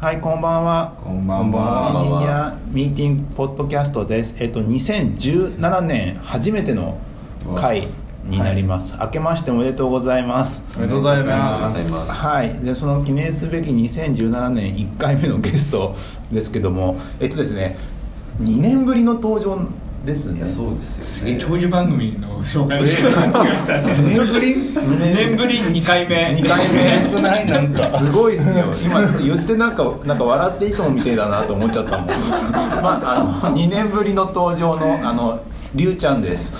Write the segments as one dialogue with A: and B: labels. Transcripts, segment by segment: A: はい、こんばんは。
B: こんばんは
A: エンジニアミーティングポッドキャストです。えっと、2017年初めての回になります。明けましておめでとうございます。
B: おめでとうござい
C: お
B: ま
C: めでとうございますす
A: はい、でその記念すべき2017年1回目のゲストですけども、えっとですね、2年ぶりの登場ですね。
C: そうです
B: す
C: よ、ね、
B: げえ
D: 長寿番組の紹介をしてもらってきま したね
A: 2年ぶり ?2
D: 2年ぶり2回目
A: 2回目ないなんかすごいっすよ今ちょっと言ってなんかなんか笑っていいともみてえだなと思っちゃったもんまああの2年ぶりの登場のあのりゅうちゃんです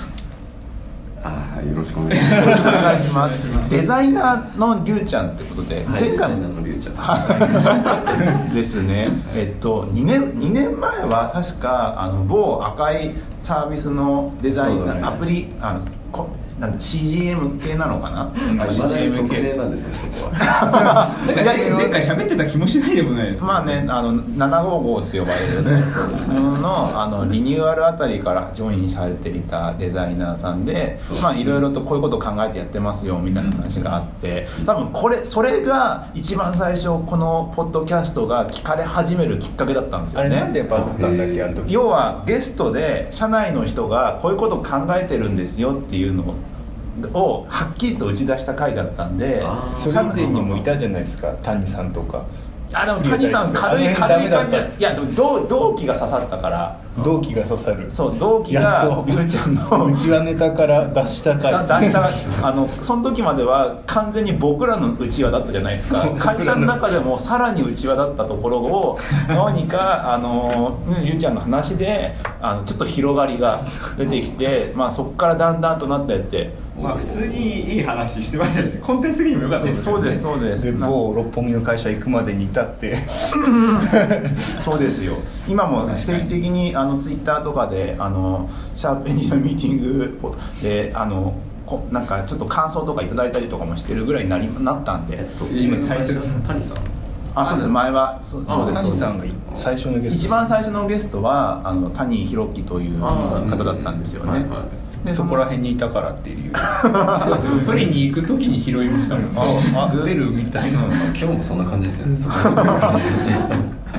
C: ああよろしくお願いします
A: お願いしますデザイナーのりゅうちゃんってことで、
C: はい
A: 前
C: デザ
A: 回
C: イナー
A: も
C: のりゅうちゃん
A: ですね、えっと、2年二年前は確かあの某赤いサービスのデザイ
C: そう
A: ン、
C: ですね
A: アプリあのこなんだ CGM 系なのかな
C: あれまだ
D: CGM
C: 特
D: 系
C: 命なんですねそこは
D: なんか前前回喋ってた気もしないでもないです
A: まあねあの755って呼ばれ る
C: そうですね
A: もののあのリニューアルあたりからジョインされていたデザイナーさんで
C: そう
A: まあいろいろとこういうことを考えてやってますよみたいな話があって多分これそれが一番最初このポッドキャストが聞かれ始めるきっかけだったんですよ
E: あ
A: ね
E: れなんでバズったんだっけあの時
A: 要はゲストで社内の人がこういうことを考えてるんですよっていうのをはっきりと打ち出した回だったんで
C: あー
E: それ以前にもいたじゃないですか谷さんとか
A: あでも谷さん軽
E: あ
A: い
E: れ
A: 軽い
E: ダ
A: 感
E: メ
A: じ
E: だ
A: だ
E: っ
A: いやでも同同期が刺さったから
E: 同期が刺さる
A: そう同期
E: や
A: が
E: っと
A: ゆうちゃんの
E: うちはネタから脱したか
A: だ
E: い
A: だしたあのその時までは完全に僕らのうちわだったじゃないですか会社の中でもさらにうちわだったところを何かあのうんゆうちゃんの話であのちょっと広がりが出てきて、まあ、そこからだんだんとなってって
D: まあ普通にいい話してましたよねコンテンツ的にも良かったです
A: そ
D: よ
A: うで
D: ね
A: すそうです
E: で
A: なんか
E: 某六本木の会社行くまでに至って
A: そうですよ今も定期的にあのツイッターとかで「あのシャープエンジニアミーティングで」あのこなんかちょっと感想とかいただいたりとかもしてるぐらいになりなったんで
C: えっと今最初の谷さん
A: あそうです前はそうそうです
E: 谷
A: そ
E: さ
A: うん
E: が
A: です
E: 最初のゲスト
A: 一番最初のゲストはあの谷弘樹という
C: あー
A: 方だったんですよね
C: う んはいは
A: で
E: そこら辺にいたからっていう理由
D: そうです取りに行く時に拾いましたもんね
E: あ出るみたいな
C: 今日もそんな感じですよねそこは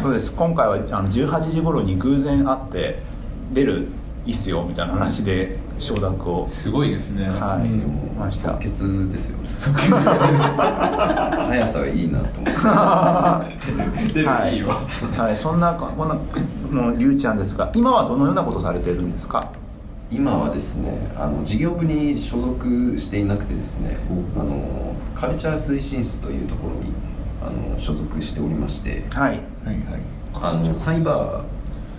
A: そうです今回はあの18時頃に偶然会って出るいいっすよみたいな話で承諾を
D: すごいですね
A: はい
C: でも
A: ました
C: 即決ですよね 速さがいいなと思って
D: 出る
A: はい
D: いいわ
A: はい、そんなこんなのりゅうちゃんですが今はどのようなことされてるんですか
C: 今はですねあの事業部に所属していなくてですねあのカルチャー推進室というところにあの所属しておりまして
A: はい
E: はいはい
C: あのサイバ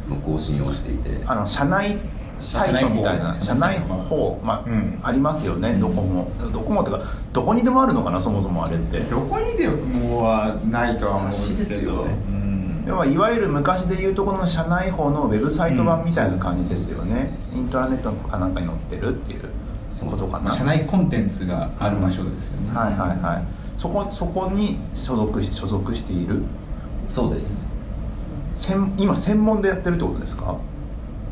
C: ーの更新をしていて
A: あの社内サイトみたいな社
D: 社
A: 内
D: 内
A: 法
D: 法
A: まあ、
E: うん
A: ありますよねどこもどこもってかどこにでもあるのかなそもそもあれって
D: どこにでもはないとは思うんで
C: 冊子ですす
D: け
C: よ
D: ど
C: ね
E: うん
A: 要はいわゆる昔でいうとこの社内法のウェブサイト版みたいな感じですよね、インターネットかなんかに載ってるっていうことかな
D: 社内コンテンツがある場所ですよね
A: はいはいはいそこそこに所属し所属している
C: そうです
A: 専今専門でやってるってことですか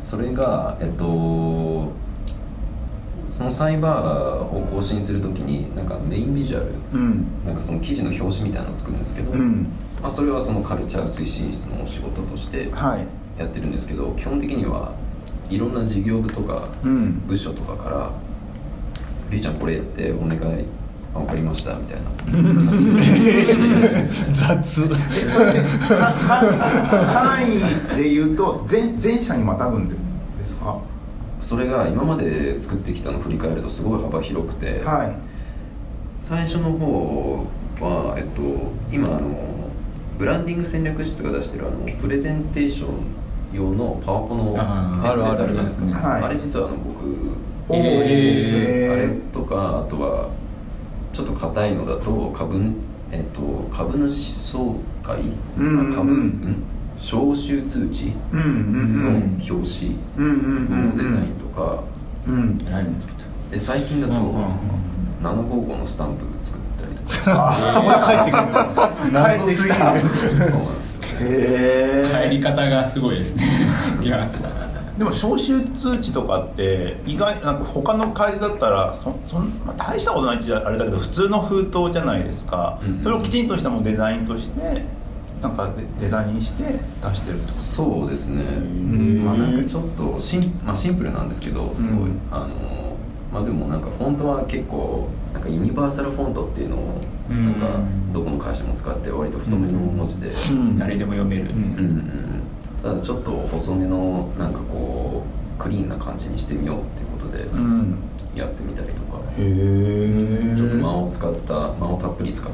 C: それがえっとそのサイバーを更新するときになんかメインビジュアル
A: うん
C: なんかその記事の表紙みたいなのを作るんですけど、
A: うん
C: まあ、それはそのカルチャー推進室のお仕事として
A: はい
C: やってるんですけど基本的にはいろんな事業部とか
A: うん
C: 部署とかから「りゅうちゃんこれやってお願いあ分かりました」みたいな
E: 雑
A: 範囲で言うと全全社にまたぐんですか
C: それが今まで作ってきたのを振り返るとすごい幅広くて、
A: は
C: 最初の方は、えっと、今あのブランディング戦略室が出してるあのプレゼンテーション用のパワポの
D: あー
C: テンプレート
D: あるある
C: じゃないですか
D: あり
A: ますねはい
C: あれ実はあの僕、
A: おー
C: えー
A: へー
C: あれとかあとはちょっと硬いのだと株,、えっと、株主総会、
A: うんうんうん
C: 株、うん、招集通知
A: いうん
C: の
A: うん
C: 表紙
A: うんうん
C: のデザインとか、
A: うんうん
C: で最近だと、
D: うんうんうん
C: 755のスタンプ作ったりとか
E: そこで帰ってくるんですよ謎すぎる
C: そうなんですよね
A: へー
D: 帰り方がすごいですねいや
A: でも招集通知とかって意外なんか他の会社だったらそそん、まあ、大したことないっちゃあれだけど普通の封筒じゃないですか、
C: うんうん
A: それをきちんとしたもうデザインとしてなんかデデザインして出してるってこ
C: そうですね、
A: ん
C: まあ、なんかちょっとシン,、まあ、シンプルなんですけどす
A: う
C: ごい、
A: ん
C: あのまあでもなんかフォントは結構なんかユニバーサルフォントっていうのをなんか
A: うん
C: どこの会社も使って割と太めの文字で、
A: と、うん
D: 誰でも読める、
A: うん
C: うんうんただちょっと細めのなんかこうクリーンな感じにしてみようっていうことで
A: うん
C: やってみたりとか、
A: へえ
C: ちょっと間を使った間をたっぷり使っ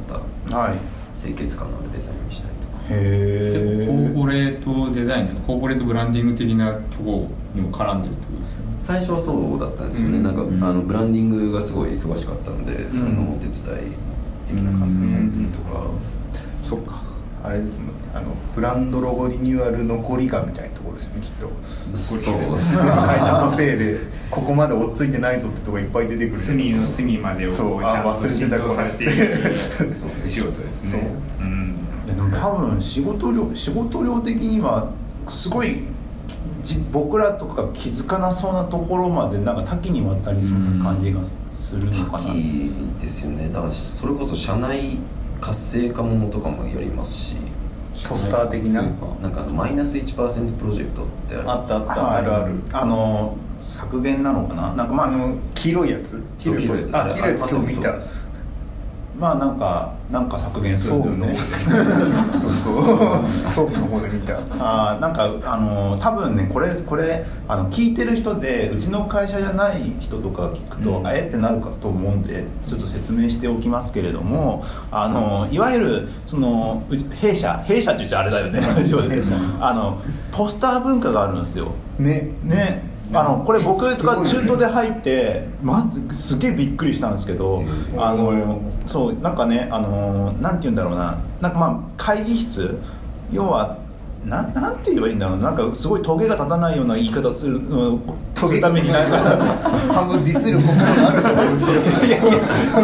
C: た
A: はい
C: 清潔感のあるデザインにしたりとか
A: へえ
D: コーポレートデザインとかコーポレートブランディング的なとこにも絡んでるってことですよね
C: 最初はそうだったんですよね、
D: うん
C: なんか、
D: うん
C: あのブランディングがすごい忙しかったのでそれのお手伝い的な感じになったりとか、
F: そっかあれですもんねあのブランドロゴリニューアル残りがみたいなところですよねきっと
C: そうですね
F: 会社のせいでここまで追っついてないぞってとこいっぱい出てくる
D: 隅の隅までを
F: そ
D: こ
F: う
D: うちゃ
F: あ
D: んと浸透させていく
F: 忘れてたこ れ
C: そう
D: 仕事ですね
F: そう
D: うん
A: でも多分仕事量仕事量的にはすごいじ僕らとか気づかなそうなところまでなんか多岐にわたりそうな感じがするのかな、
C: いいですよねだからそれこそ社内活性化ものとかもやりますし
F: ポスター的な
C: なんかあのマイナス1%プロジェクトってある
F: あったあった、
A: はい
F: あるある
A: あの削減なのかななんかま
F: あ
A: ああの
F: の黄色いやつ
C: そう黄色いやつ
F: あ黄色いやつ今日見
C: あ
F: た
C: そ
A: まあなんかなんか削減する
F: そうん
A: だよ
F: の
A: ね
F: そうそうの方で見た
A: あーなんかあの多分ねこれこれあの聞いてる人でうちの会社じゃない人とか聞くと、
F: うん
A: あえってなるかと思うんでちょっと説明しておきますけれどもあのいわゆるそのう弊社弊社って言っちゃあれだよねラ ジオで
F: 弊社
A: あのポスター文化があるんですよ
F: ね
A: ねあのこれ僕が
F: すごいね
A: 中東で入ってまずすげえびっくりしたんですけど、
F: うん
A: あのそうなんかねあのなんて言うんだろうななんかまあ会議室要はなんなんて言えばいいんだろうなんかすごいトゲが立たないような言い方するうんするためになんか。
F: 半分ディスる心があると思うんですよ
A: いやい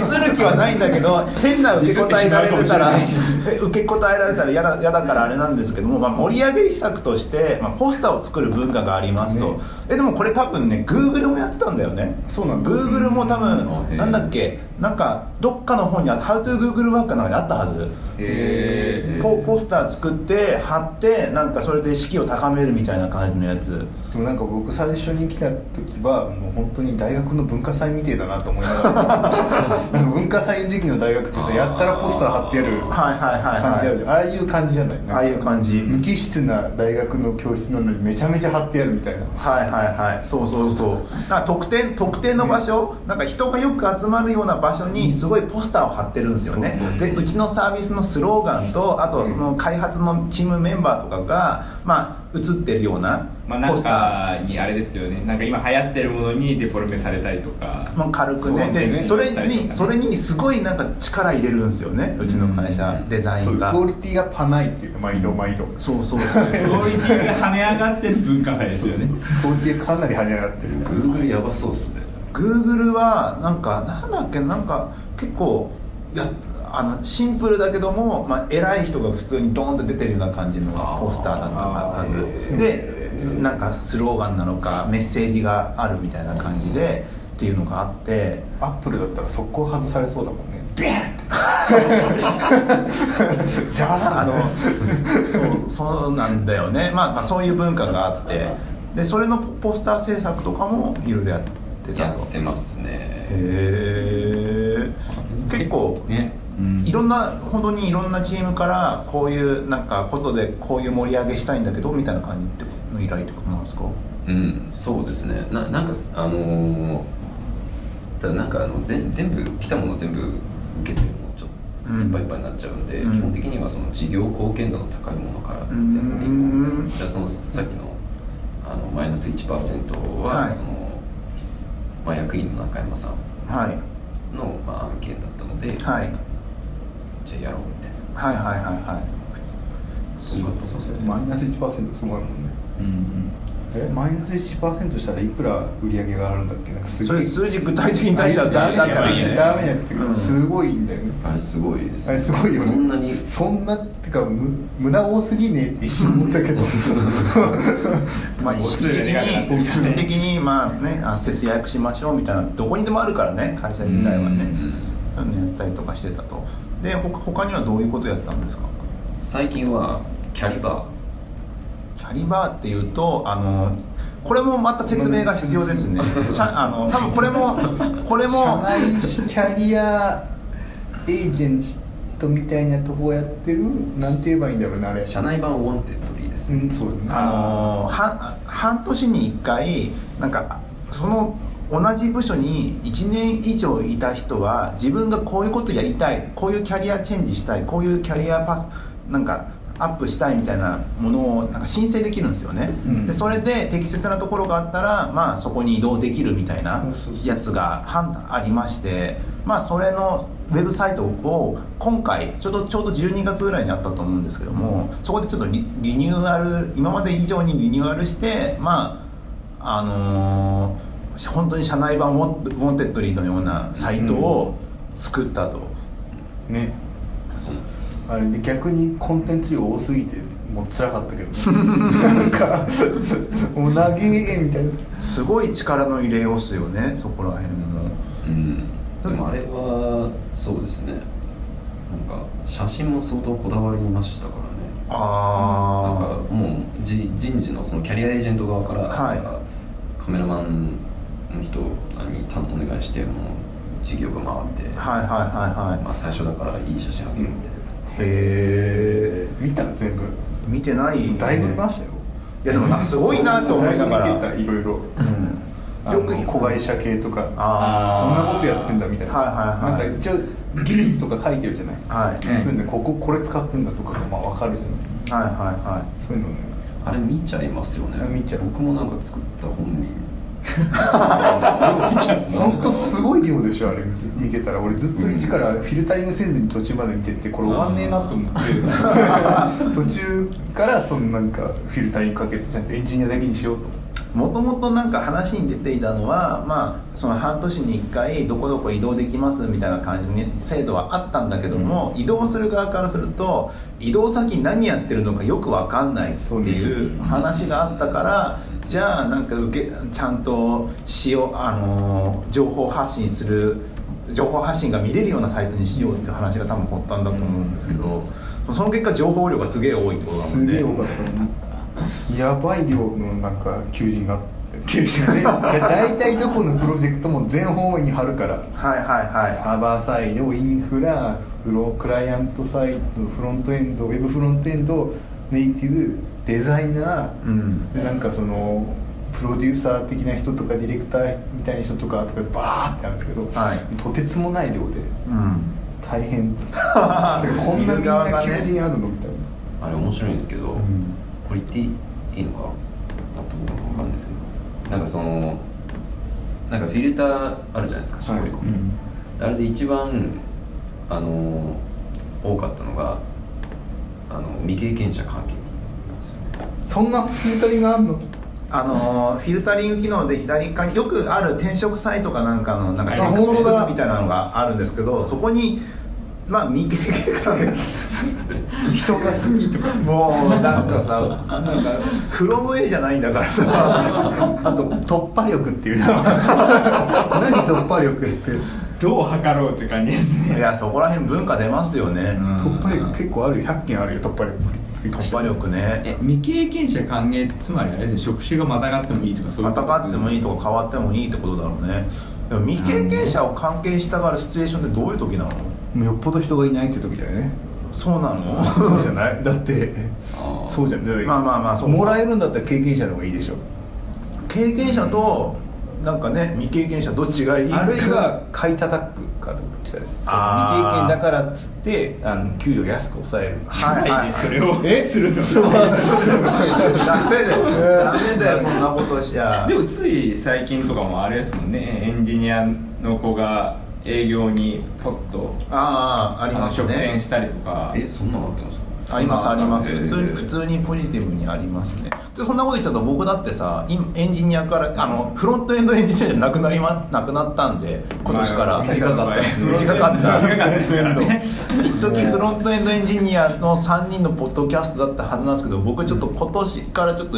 A: や、する気はないんだけど、変な受け答えられたら、受け答えられたら嫌だ嫌だからあれなんですけども、まあ、盛り上げる施策として、まあ、ポスターを作る文化がありますと、
F: ね
A: えでもこれ多分ね、Google もやってたんだよね。
F: そうなんだ
A: Google も多
C: あへ
A: 分
C: え
A: なんだっけなんかどっかの本にあ How to Google ワークかなんかにあったはず、
F: え
C: ー
A: ポポスター作って貼ってなんかそれで士気を高めるみたいな感じのやつ
F: でもなんか僕最初に来た時はもう本当に大学の文化祭みてえだなと思いながらですなんか文化祭の時期の大学ってさやったらポスター貼ってやる
A: はいはいはい
F: 感じある
A: は
F: じ
A: い
F: ゃんああいう感じじゃないなんか
A: ああいう感じ
F: 無機質な大学の教室なのにめちゃめちゃ貼ってやるみたいな
A: はいはいはいそうそうそうなんか特典特典の場所、なんか人がよく集まるような場所にすごいポスターを貼ってるんですよね
F: そうそうそう
A: でうちのサービスのスローガンとあとその開発のチームメンバーとかがまあ映ってるような
D: まあな
A: ポ
D: ん
A: スタ
D: かにあれですよねなんか今流行ってるものにデフォルメされたりとか
A: ー、まあ、軽くね
D: そうです
A: で
D: ね
A: それにそ れにすごいなんか力入れるんですよねうちの会社、
C: うん
A: デザイ
F: そうい
A: ン
F: う
A: が
F: クオリティがパないっていうの毎度毎度
A: そうそうそう
D: クオリティが跳ね上がってる文化祭ですよね
F: クオリティがかなり跳ね上がってる
C: Google やばそうっすね
A: Google はなんかなんだっけなんか結構やあのシンプルだけども、まあ、偉い人が普通にドーンって出てるような感じの
C: あー
A: ポスターだったは
C: あ
A: ず
C: ー
A: でなんかスローガンなのかメッセージがあるみたいな感じでっていうのがあっ て
F: アップルだったら速攻外されそうだもんねビャーンってじゃ あ
A: あのそうそうなんだよね、まあ、まあそういう文化があってでそれのポスター制作とかもいろいろやってた
C: や
A: と
C: ってますね
A: へえ結構
D: ね、
A: いろんな本当にいろんなチームからこういうなんかことでこういう盛り上げしたいんだけどみたいな感じっての依頼ってことなんですか
C: うん、そうですね。ななんかすあのー、ただなんかあの全全部来たもの全部受けてもちょっと
A: うん
C: いっぱいいっぱいになっちゃうんで、
A: うん
C: 基本的にはその事業貢献度の高いものからやっていこう
A: うん
C: みたいな。そのさっきのあのマイナス1%は、
A: はい
C: そのまあ役員の中山さん
A: はい
C: のまあ案件だったので、
A: はい
C: じゃあやろうみたいな。
A: はいはいはいはいすごい
C: そうそう
F: マイナス1%すごいもんね
D: うんうん、
F: えマイナス1%したらいくら売り上げがあるんだっけなんかす
A: そ
F: ご
A: れ
F: い
A: 数字具体的に出しちゃうと
F: ダメだ
A: あ
F: ダ
A: れ
F: メ
A: だ
F: だ
A: から
F: ダメなやつだけ
A: う
F: ど
A: ん
F: すごいんだよね
C: あれすごいです、
F: あれすごいよ
C: そ
F: ね
C: んなに
F: そんなってかむ無駄多すぎねって一瞬思ったけど
A: まあ意
D: 母
A: 識
D: 数
A: 的
D: が苦手だった
A: に意
D: りとかね
A: 識的にまあねあ節約しましょうみたいなどこにでもあるからね会社自体は
D: う
A: ね
D: ん
A: そういうのやったりとかしてたとでほ他にはどういうことやってたんですか
C: 最近はキャリバ
A: キャリバーっていうとあのこれもまた説明が必要ですね。社あ の多分これもこれ
F: 社
A: も
F: 内キャリアエージェントみたいなとこやってるなんて言えばいいんだろうなあれ
C: ー社内版ワンテッドリーです
F: う
C: ね、
F: んそうだね
A: あのは半年に1回なんかその同じ部署に1年以上いた人は自分がこういうことやりたいこういうキャリアチェンジしたいこういうキャリアパスなんかアップしたいみたいなものをなんか申請できるんですよね、
F: うん
A: でそれで適切なところがあったら、まあ、そこに移動できるみたいな
F: そうそうそう
A: やつがはんありまして、まあ、それのウェブサイトを今回ちょうどちょうど12月ぐらいにあったと思うんですけどもそこでちょっとリリニューアル今まで以上にリニューアルしてまああのー本当に社内版ウォンウォンテッドリーのようなサイトを作ったと、
F: ねあれで逆にコンテンツ量多すぎてもう辛かったけ ど、ね、なんかもう長えみたいな
A: すごい力の入れようっすよねそこら辺も
C: うん、でもあれはそうですねなんか写真も相当こだわりましたからねなん
A: あ
C: かもうじ人事のそのキャリアエージェント側から
A: はい
C: なんかカメラマンの人に頼むお願いしてもう事業が回って、
A: あはいはいはいはい
C: まあ、最初だからいい写真あげるみたい
A: へ
C: な、
A: え
F: 見たら全部
A: 見てない
F: だいぶ見ましたよ
A: いやでもなんかすごいなと思いながら、
F: だいぶ見てたいろいろ
A: よ
F: よ
A: く
F: く子会社系とかこん
A: あ
F: なことやってんだみたいな,、
A: はいはいはい
F: なんか一応技術とか書いてるじゃない、
A: あはい
D: うん
F: そういうのでこここれ使ってんだとかがまあ分かるじゃない
A: はいは
F: そういうのね
C: あれ見ちゃいますよね
F: 見ちゃう
C: 僕もなんか作った本に
F: 本当すごい量でしょあれ見て見てたら俺ずっと一からフィルタリングせずに途中まで見てってこれ終わんねえなと思って途中からそのなんかフィルタリングかけてちゃんとエンジニアだけにしようと思って
A: いもともとなんか話に出ていたのはまあその半年に1回どこどこ移動できますみたいな感じに制度はあったんだけども、移動する側からすると移動先何やってるのかよくわかんないって
F: そうね
A: いう話があったから、じゃあなんか受けちゃんとしようあのー情報発信する情報発信が見れるようなサイトにしようっていう話が多分発端だと思うんですけど、その結果情報量がすげえ多いってことだも
F: す
A: んね
F: げえ多かったやばい量のなんか求人があって求人がねいや大体どこのプロジェクトも全方位に貼るから
A: はいはいはい
F: サーバーサイドインフラフロクライアントサイドフロントエンドウェブフロントエンドネイティブデザイナー
A: うん
F: でなんかそのプロデューサー的な人とかディレクターみたいな人とかとかバーってあるんだけど、
A: はい
F: とてつもない量で
A: うん
F: 大変だからこんなみんな求人あるのみたいな
C: あれ面白いんですけど、
A: ん
C: これ言っていいのか納得なのか分かんないですけどなんかそのなんかフィルターあるじゃないですか絞り込み、あれで一番あの多かったのがあの未経験者関係なんですよね
F: そんなフィルタリングあんの
A: あのーフィルタリング機能で左側によくある転職サイトかなんかのなんか
D: あ
A: チェック
F: 本当だ
A: みたいなのがあるんですけどそこにまあ未経験者です
F: 人が好きとか
A: もうなんかさなんかフロム A じゃないんだからさ
F: あと突破力っ ていうのは何突破力って
D: どう測ろうって感じです
A: い
D: ね
A: やそこら辺文化出ますよね、
D: うん
F: 突破力結構あるよ100件あるよ突破力
A: 突破力ね
D: え未経験者歓迎ってつまりあれですね職種がまたがってもいいとかそうい
A: ま
D: うこ
A: た
D: と
A: がってもいいとか変わってもいいってことだろうねでも未経験者を関係したがるシチュエーションってどういう時なの
F: もうよっぽど人がいないって時だよね
A: そうなの
F: そうじゃないだって
C: あー
F: そうじゃない
A: まあまあまあそう
F: もらえるんだったら経験者の方がいいでしょ
A: 経験者となんかね未経験者どっちがいい
F: あるいは買い叩くかどっちかですその未経
A: あー
F: 験だからっつってあの給料安く抑える
A: はいはい
F: それをえするの
A: ダメだよダメだよそんなことしちゃ
D: でもつい最近とかもあれですもんねエンジニアの子が営業にポッと
A: あああります
D: 出店
A: ね
D: したりとか
C: えそんなのあったんですか
A: ありますあります
C: へー
A: 普通に普通にポジティブにありますねでそんなこと言っちゃうと僕だってさ今エンジニアからあのフロントエンドエンジニアじゃなくなりまなくなったんで今年から
D: まあ
F: 短かった
A: 短かった
D: 短かったですからね
A: 一時フロントエンドエンジニアの3人のポッドキャストだったはずなんですけど僕ちょっと今年からちょっと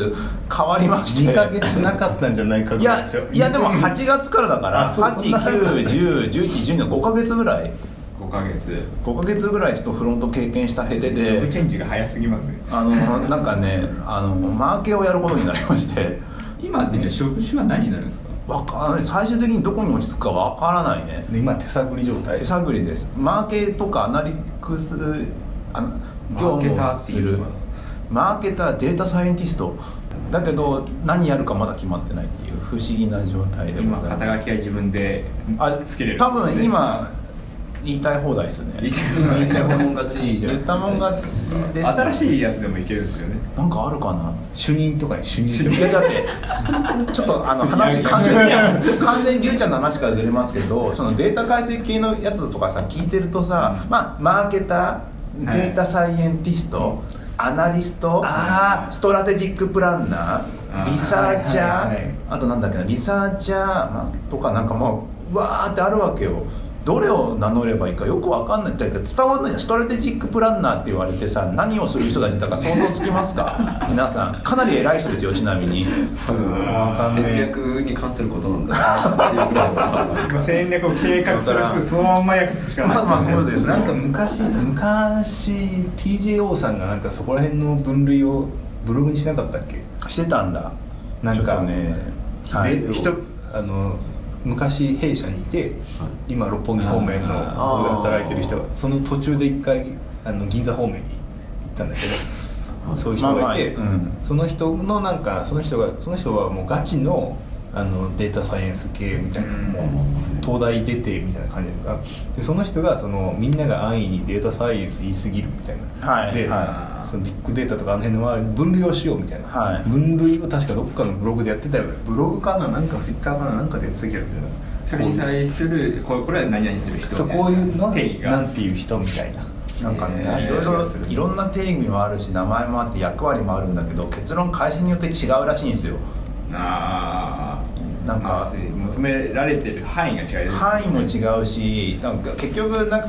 A: 変わりまして
F: 2ヶ月なかったんじゃないか
A: い
F: ぐらい
A: や
F: でしょ
A: いやでも8月からだから
F: あそうそんな早く
A: 8910112の5ヶ月ぐらい
D: 5 5ヶ月
A: 5ヶ月ぐらいちょっとフロント経験したへて
D: ジョブ
A: で
D: チェンジが早すぎますね
A: あのなんかねあのマーケをやることになりまして
D: 今ってね職種は何になるんですか
A: わかんない最終的にどこに落ち着くかわからないね
F: 今手探り状態
A: 手探りですマーケーとかアナリクスあ業務
D: マーケタ
A: を
D: ーっ
A: す
D: ていう
A: る
D: のかな
A: マーケターデータサイエンティストだけど何やるかまだ決まってないっていう不思議な状態で
D: 今
A: ございます
D: 肩書きは自分で
A: あ
D: つけれる
A: 多分今言いたい放題ですね
D: 言い
C: 言ったた
D: い放題
C: もん勝ちいいじゃん
A: 言ったもん勝ちです
D: 新しいやつでもいけるんですよね
A: なんかあるかな
F: 主任とかに主任
A: いやだってちょっとあの話完全 に完全にりゅうちゃんの話からずれますけどそのデータ解析系のやつとかさ聞いてるとさ、まあ、マーケター
D: はい
A: データサイエンティスト、アナリスト
D: あー
A: ストラテジックプランナ
D: あ
A: ー
D: ー
A: リサーチャー、
D: はいはいはい
A: あとなんだっけなリサーチャー、まあ、とかなんかもうわーってあるわけよどれを名乗ればいいかよくわかんないってか伝わんないじゃんストラテジックプランナーって言われてさ何をする人たちだか想像つきますか皆さんかなり偉い人ですよちなみに
C: 多分
F: わかんねえ
C: 戦略に関することなんだなっていうぐらいは
D: 戦略を計画する人そのまんま訳すしかない
A: まあまあそうですね
F: なんか昔昔 TJO さんがなんかそこら辺の分類をブログにしなかったっけ
A: してたんだ
F: なん
A: ちょっ
F: か
A: とねはい
F: で人あの昔弊社にいて今六本木方面の
C: あー
F: 僕が働いてる人がその途中で一回あの銀座方面に行ったんだけどそういう人がい て、
A: まあまあうん
F: その人のなんかその人がその人はもうガチのあのデータサイエンス系みたいな、
D: うん
F: もう東大出てみたいな感じだからでその人がそのみんなが安易にデータサイエンス言いすぎるみたいな、
A: はい
F: で、
A: は
F: そのビッグデータとかあの辺の周りに分類をしようみたいな、
A: はい
F: 分類を確かどっかのブログでやってたよねブログかななんかツイッターかななんかでやってた気がするんだよな
D: それに対するこれこれは何々する人
F: そこを言うのは
D: 定義が
F: なんていう人みたいな
A: なんかね、
D: えー
A: いろい
D: 気が
A: ろ
D: する
A: いろんな定義もあるし名前もあって役割もあるんだけど結論会社によって違うらしいんですよ
D: ああ
A: なんか
D: 求められてる範囲が違いです、ね、
A: 範囲も違うしなんか結局なんか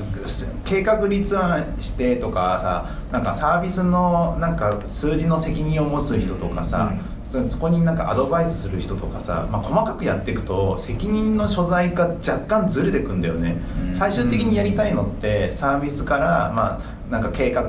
A: 計画立案してとかさなんかサービスのなんか数字の責任を持つ人とかさ、そそこになんかアドバイスする人とかさ、まあ、細かくやっていくと責任の所在が若干ずれてくんだよね、
D: うん
A: 最終的にやりたいのってサービスから、まあ、なんか計画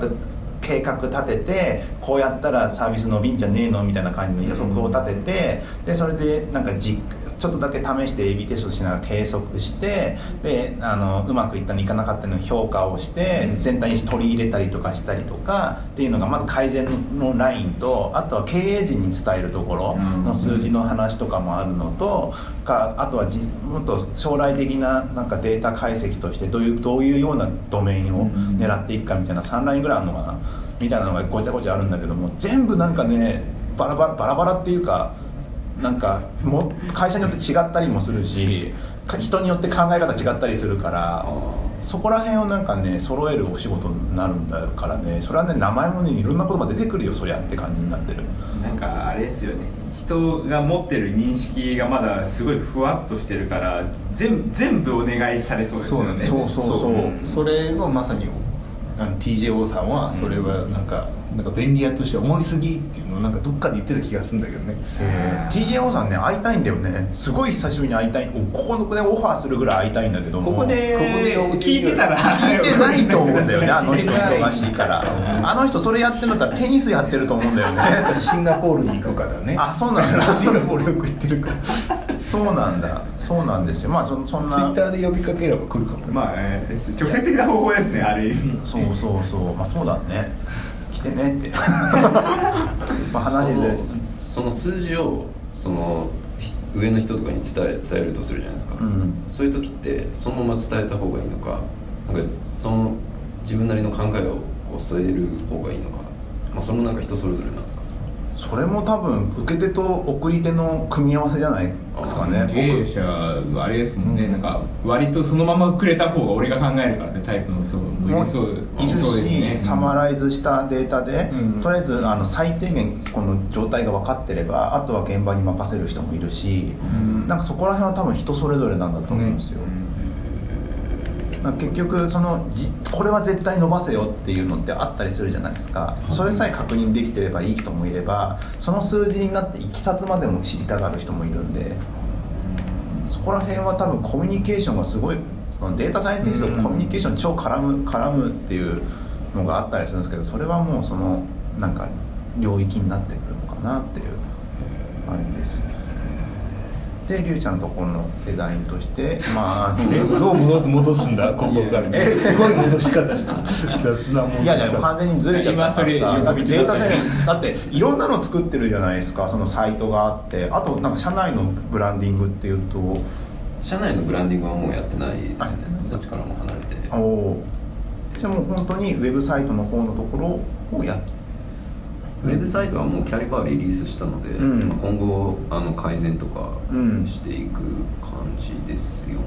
A: 計画立ててこうやったらサービス伸びんじゃねえのみたいな感じの予測を立ててでそれでなんかじちょっとだけ試して AB テストしながら計測してであのうまくいったのいかなかったのを評価をして全体に取り入れたりとかしたりとかっていうのがまず改善のラインとあとは経営陣に伝えるところの数字の話とかもあるのとかあとはじもっと将来的ななんかデータ解析としてどういうどういうようなドメインを狙っていくかみたいな3ラインぐらいあるのかなみたいなのがごちゃごちゃあるんだけども全部なんかねバラバラバラバラっていうかなんかも会社によって違ったりもするしか人によって考え方違ったりするからそこら辺をなんかね揃えるお仕事になるんだからねそれはね名前もねいろんな言葉出てくるよそりゃって感じになってる。
D: なんかあれですよね人が持ってる認識がまだすごいふわっとしてるから全全部お願いされそうですよね
A: そうそうそう
D: うん
F: それをまさにあの TJO さんはそれはなんか,、なんか便利屋として思いすぎっていうのをなんかどっかで言ってた気がするんだけどね
D: へー
A: TJO さんね会いたいんだよねすごい久しぶりに会いたいおここでオファーするぐらい会いたいんだけども
D: ここで
F: ここで呼ぶ
D: 聞いてたら
A: 聞いてないと思うん だよ ねあの人
D: 聞いてない
A: 忙しいからあの人それやってんだったらテニスやってると思うんだよ
F: な
A: ね
F: んかシンガポールに行くからね
A: あそうなんだ
F: シンガポールよく行ってるから
A: そうなんだそうなんですよまあそそんな
F: ツイッターで呼びかければ来るかもね
D: まあ、えー直接的な方法ですねある意味
A: そうそうそうまあそうだね来てねってまあ話で
C: そのその数字をそのひ上の人とかに伝え伝えるとするじゃないですか、
A: うん
C: そういう時ってそのまま伝えた方がいいのかなんかその自分なりの考えをこう添える方がいいのか、まあ、それもなんか人それぞれなんですか
A: それも多分受け手と送り手の組み合わせじゃないですかね
C: あ
D: 経営者はあれですもんね、
A: うん
D: なんか割とそのままくれた方が俺が考えるからってタイプの人もいそう
A: いるし
D: そうですね
A: サマライズしたデータで、
F: うん
A: とりあえずあの最低限この状態が分かってればあとは現場に任せる人もいるし、
D: ん
A: なんかそこら辺は多分人それぞれなんだと思うんですよ、まあ結局そのじこれは絶対伸ばせよっていうのってあったりするじゃないですかそれさえ確認できてればいい人もいればその数字になっていきさつまでも知りたがる人もいるんでそこら辺は多分コミュニケーションがすごいそのデータサイエンティストとコミュニケーションに超絡む絡むっていうのがあったりするんですけどそれはもうそのなんか領域になってくるのかなっていう感じですね。で、りゅうちゃんのところのデザインとして、まあ、あの
E: えどう戻す戻すんだここから
A: え
E: すごい戻し方した雑な戻
A: い
E: し
A: やいやもう完
E: 方
A: 全にずれちゃったから
D: 今そ
A: さ
D: れ
A: だってデータサイエンだっていろんなの作ってるじゃないですかそのサイトがあってあとなんか社内のブランディングっていうと
C: 社内のブランディングはもうやってないですね
A: あやってない
C: そっちからも離れて
A: おおじゃあもう本当にウェブサイトの方のところをやっ
C: ウェブサイトはもうキャリパーリリースしたので、
A: うん
C: まあ今後あの改善とか
A: うん
C: していく感じですよね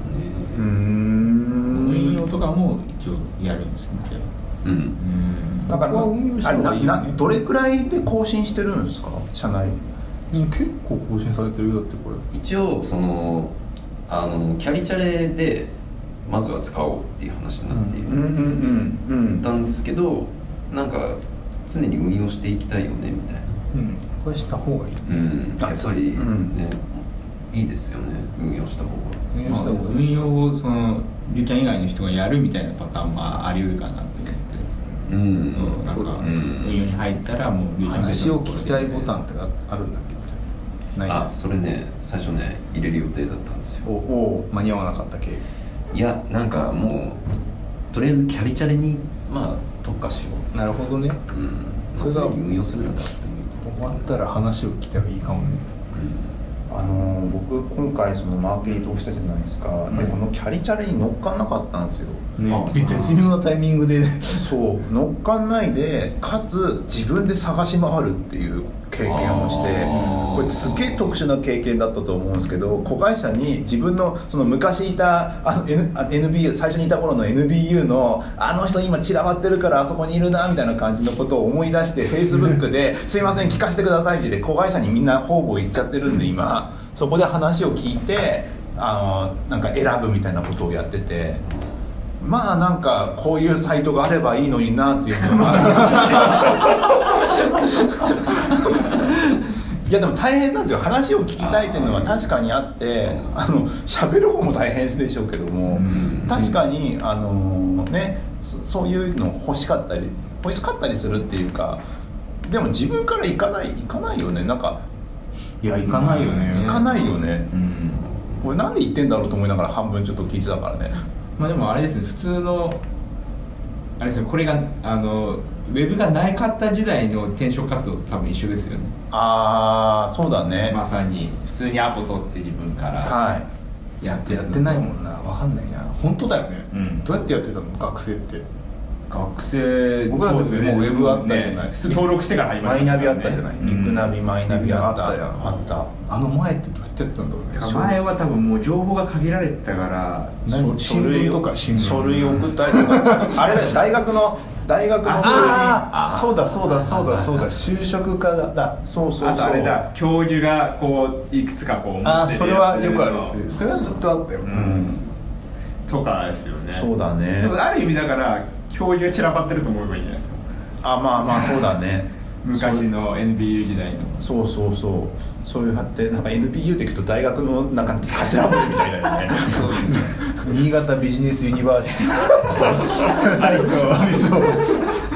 A: うー
B: 運用
A: ん
B: とかも一応やるんですねじゃあ
C: うん
B: うん
A: だから
B: ここは運用した方がいいよ、ね、
A: あれななどれくらいで更新してるんですか社内
E: 結構更新されてるよだってこれ
C: 一応そのあのキャリチャレでまずは使おうっていう話になっているんですけど、
A: うん
C: たんですけどなんか常に運用していきたいよねみたいな、
E: うんこれした方がいい
C: うん、やっぱりね、
A: うん
C: いいですよね運用した方が
B: 運用した方が運用をそのリュウちゃん以外の人がやるみたいなパターンはあり得るかなって思って
C: うん、
B: そうなんか
C: うん
B: 運用に入ったらもうリュウちゃん
F: 話を聞きたいボタンってああるんだっけない
C: あ
F: な
C: それね最初ね入れる予定だったんですよ
F: おお間に合わなかった系
C: いやなんかもうとりあえずキャリチャレにまあ特化しよ
F: なるほどね
C: う、うんま
F: そ
C: あ、
F: れが
C: 常に運用するんだったらもいいと思うんです
F: 終
C: け
F: わ
C: ど
F: ったら話を聞いたらいいかもね
A: あのー僕今回そのマーケティングをしたじゃないですか、でこのキャリチャレに乗っかんなかったんですよ
C: ね
E: 絶妙なタイミングで
A: そう乗っかんないでかつ自分で探し回るっていう経験をして
C: あー
A: これすげえ特殊な経験だったと思うんですけど子会社に自分のその昔いたあの N- あ NBU 最初にいた頃の NBU のあの人今散らばってるからあそこにいるなみたいな感じのことを思い出して Facebook で「すいません聞かせてください」って言って子会社にみんな方々行っちゃってるんで今そこで話を聞いてあのなんか選ぶみたいなことをやってて。まあなんかこういうサイトがあればいいのになっていうのはいやでも大変なんですよ話を聞きたいっていうのは確かにあってあの喋る方も大変でしょうけども
C: ん
A: 確かにあのねそそういうの欲しかったり欲しかったりするっていうかでも自分から行かない行かないよねなんか
F: いや行かないよね
A: 行かないよね
B: うん
A: 俺なんで言ってんだろうと思いながら半分ちょっと聞いてたからね
B: まあでもあれですね普通のあれですねこれがあのウェブがなかった時代の転職活動と多分一緒ですよね
A: ああそうだね
B: まさに普通にアポ取って自分から
A: はい
F: ちゃんとやってないもんなわかんないな本当だよね、
D: うん
F: どうやってやってたの学生って
D: 学生
A: 僕らの時
D: そうですね
A: もうウェブあったじゃない
D: ね普通登録してから始ま
A: マ
D: り
A: イ
D: ま
A: ナ
D: す
A: ビあったじゃない、リクナビマイナビあった
F: リクナビあった
A: あった
F: あの前ってどうやってやってたんだろうね
D: だから前は多分もう情報が限られてたから
F: 何
A: 書
F: 新聞とか新聞
A: 書類送ったりとかあれだよ大学の大学の
D: あそう
F: ああそうだそうだそうだそうだ就職家だ
A: そうそうそう
D: あとあれだ教授がこういくつかこう持ってるや
F: あ
D: つ
F: それはよくあるや つそれはずっとあったよ、
D: うんとかですよね
A: そうだね
D: でもある意味だから教授が散らばってると思えばいいんじゃないですか
A: あまあまあそうだね
D: 昔の NBU 時代の
A: そうそうそうそういうはってなんか NPU で聞くと大学の中の頭文字みたいだよ ね
F: 新潟ビジネスユニバーシティ
D: ありそう
F: ありそう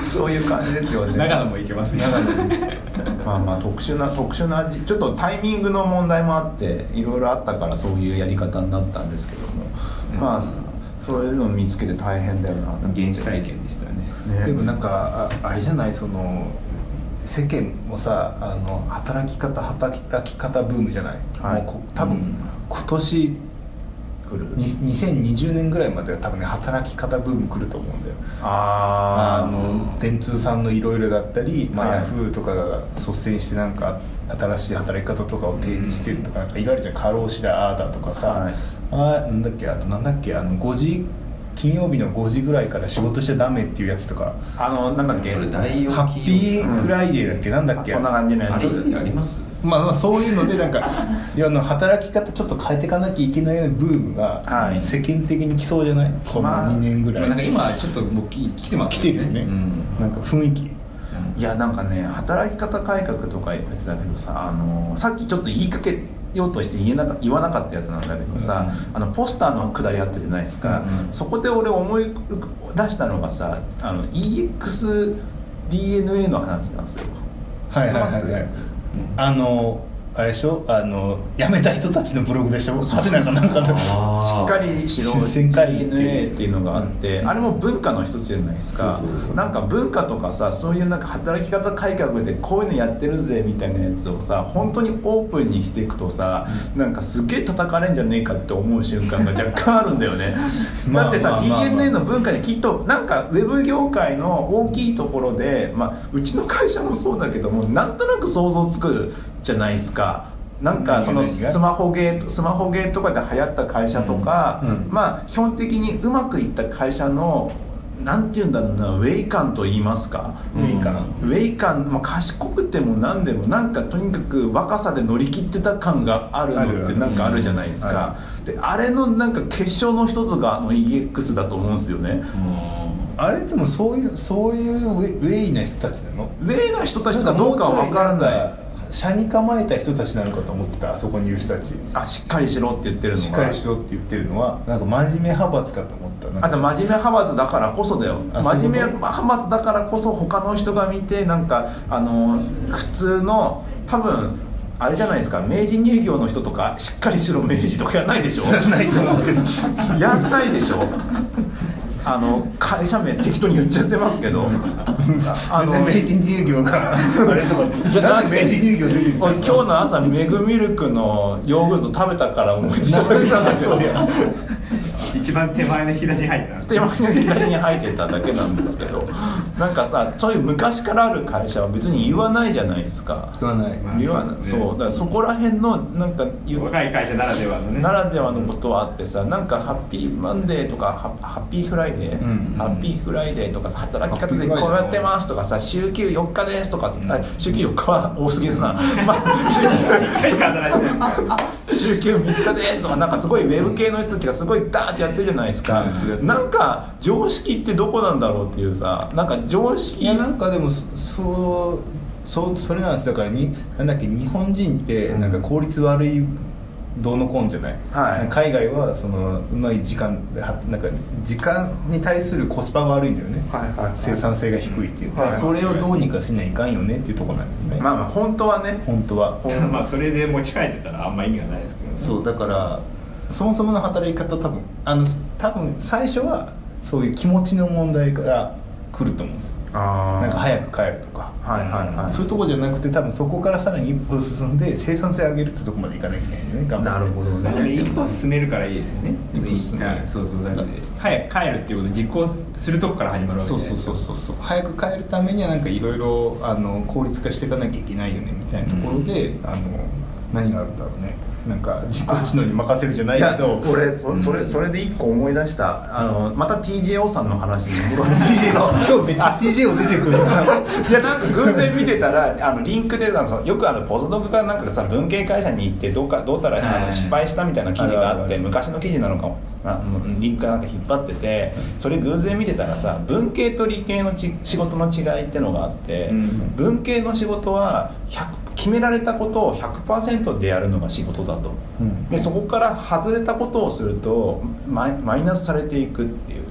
A: そういう感じですよね
D: 長野も行けますね長野
A: まあまあ特殊な特殊なじちょっとタイミングの問題もあっていろいろあったからそういうやり方になったんですけども、まあそういうのを見つけて大変だよなと思って
D: 原始体験でしたね
A: ね
F: でもなんかああれじゃないその世間もさあの働き方働き方ブームじゃない、
A: はい
F: もうこ多分、
B: うん
F: 今年
A: 来る
F: に2020年ぐらいまでは多分ね働き方ブーム来ると思うんだよ
A: あ
F: あ
A: ー
F: の電通さんのいろいろだったり、まあ
A: はい
F: ヤフーとかが率先してなんか新しい働き方とかを提示してるとかなんかいろいろあるじゃん過労死だああだとかさ、
A: はい
F: あーなんだっけあとなんだっけあの5時金曜日の5時ぐらいから仕事しちゃダメっていうやつとか
A: あのなんだっけ
C: それ第4
F: ハッピーフライデーだっけ、なんだ
A: あ
F: っけ
A: そんな感じのや
C: あ
A: つ
C: れ意味あります
F: まあ、まあそういうので なんかいやあの働き方ちょっと変えていかなきゃいけないようなブームが、
A: はい
F: 世間的に来そうじゃないこの
A: まあ
F: 2年ぐ
B: で
F: ら
B: もな
F: い、
B: んか今ちょっともうき来てます
F: 来てるよね、
B: うん
F: なんか雰囲気
B: うん
A: いやなんかね働き方改革とか言ってたけどさあのさっきちょっと言いかけようとして言えなか言わなかったやつなんだけどさ、あのポスターのくだりあったじゃないですか、
C: うんうん
A: そこで俺思い浮か出したのがさあの EXDNA の話なんですよ
F: はいはいはいはい、あのあれでしょあの辞めた人たちのブログでしょそうなんかなんか
A: しっかりしろ
F: 自然界って
A: DNA っていうのがあって、あれも文化の一つじゃないですか
C: そうそうそう
A: なんか文化とかさそういうなんか働き方改革でこういうのやってるぜみたいなやつをさ本当にオープンにしていくとさなんかすげえ叩かれんじゃねえかって思う瞬間が若干あるんだよね
F: ま
A: だ
F: あ
A: って
F: ま
A: さ
F: あまあまあ
A: DNA の文化できっとなんかウェブ業界の大きいところで、まあ、うちの会社もそうだけどもなんとなく想像つくじゃないですか。なんかその
F: 何が何が
A: スマホゲースマホゲーとかで流行った会社とか、
F: うんうん
A: まあ基本的にうまくいった会社のなんて言うんだろうなウェイ感と言いますか、
F: ウェイ感
A: ウェイ感、まあ、賢くても何でもなんかとにかく若さで乗り切ってた感がある
F: ある
A: の
F: よ
A: っ
F: ね
A: てなんかあるじゃないですか、であれのなんか結晶の一つがあの EX だと思うんですよね、
F: あれでもそういうそういうウェイウェイな人たちなの
A: ウェイな人たちかどうかは分からない
F: 社に構えた人たちなのかと思ってたあそこにいる人たち
A: あしっかりしろって言ってるのが
F: しっかりしろって言ってるのはなんか真面目派閥かと思ったなんか
A: あと真面目派閥だからこそだよ
F: あそうい
A: 真
F: うこと
A: 面目派閥だからこそ他の人が見てなんかあの普通の多分あれじゃないですか明治乳業の人とかしっかりしろ明治とかやらない でしょ
F: ないと思うけ ど
A: やんないでしょあの会社名適当に言っちゃってますけどあ
F: なんで明治乳業が あれとか
A: じゃあ
F: なんで明治乳業出てきた
A: 俺今日の朝メグミルクのヨーグルト食べたから思い出しただけなんですけど
D: 一番手前の引き出しに入ったんです
A: 手前の左に入ってただけなんですけ どなんかさそういう昔からある会社は別に言わないじゃないですか
F: 言わない
D: まあ
A: 言わない
D: そうです
A: そう
D: ね
A: だからそこら辺のなんか言う
D: 若い会社ならではのね
A: ならではのことはあってさなんかハッピーマンデーとかハッハッピーフライデー、
F: うん
A: ハッピーフライデーとかさ働き
F: ハッ
A: 方
F: ピ
A: で
F: ーフライデー
A: こうやってますとかさ週休4日ですとか、あ週休4日は多すぎだ な、まあ、週休
D: 一回しか働いてないんですか
A: 週休3日ですとかなんかすごいウェブ系の人たちがすごいダーってやってるじゃないですか、なんか常識ってどこなんだろうっていうさなんか常識
F: いやなんかでもそそうそうそれなんですだからになんだっけ日本人ってなんか効率悪いどうのこうのじゃない、
A: はい
F: 海外はそのうまい時間ではなんか時間に対するコスパが悪いんだよね、
A: はいはいはい
F: 生産性が低いっていうか、
A: はい
F: それをどうにかしないかんよねっていうところなんですね、
A: まあまあ本当はね
F: 本当は
D: まあそれで持ち帰ってたらあんま意味がないですけどね
F: そうだからそもそもの働き方多分あの多分最初はそういう気持ちの問題から来ると思うんですよ
A: あ
F: なんか早く帰るとか
A: はいはいはい
F: そういうとこじゃなくて多分そこからさらに一歩進んで生産性上げるってとこまでいかなきゃいけないよね頑張って
A: なるほど
D: まあでも
A: ね
D: 一歩進めるからいいですよね
F: 一歩進める
D: はいそうそうだって早く帰るっていうことを実行するとこから始まるわけ
F: そうそうそう
D: う
F: そうそう早く帰るためにはなんかいろいろあの効率化していかなきゃいけないよねみたいなところで、あの何があるんだろうねなんか自己知能に任せるじゃないいけ
A: や
F: ど
A: 俺そそれそれで一個思い出したあのまた TJO さんの 話に戻る
F: TJ 今日めっちゃ TJ を出てく る
A: いやなんか偶然見てたらあのリンクでなんかよくあのポスドクがなんかさ文系会社に行ってどうかどうたらあ
D: は
A: の
D: い
A: 失敗したみたいな記事があっ
F: あるあるあ
A: て
F: る
A: 昔の記事なのかもなうんリンクかなんか引っ張っててそれ偶然見てたらさ文系と理系のち仕事の違いってのがあって
D: うん
A: 文系の仕事は100決められたことを100%でやるのが仕事だと
F: うん
A: でそこから外れたことをするとマイマイナスされていくっていう。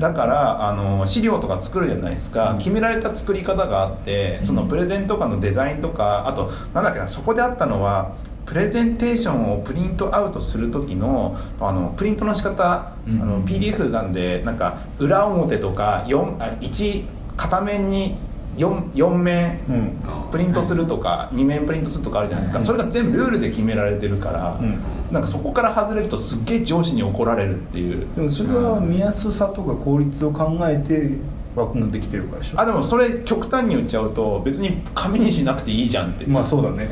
A: だからあの資料とか作るじゃないですか、決められた作り方があってそのプレゼンとかのデザインとかあとなんだっけなそこであったのはプレゼンテーションをプリントアウトする時のあのプリントの仕方、
D: うん
A: あの PDF なんでなんか裏表とか4あ1片面に 4, 4面
F: うん
A: プリントするとか、2面プリントするとかあるじゃないですか、それが全部ルールで決められてるから、
F: うん
A: なんかそこから外れるとすっげえ上司に怒られるっていう。
F: でもそれは見やすさとか効率を考えて枠ができてるからでしょ
A: あでもそれ極端に言っちゃうと別に紙にしなくていいじゃんって、
F: まあそうだ ね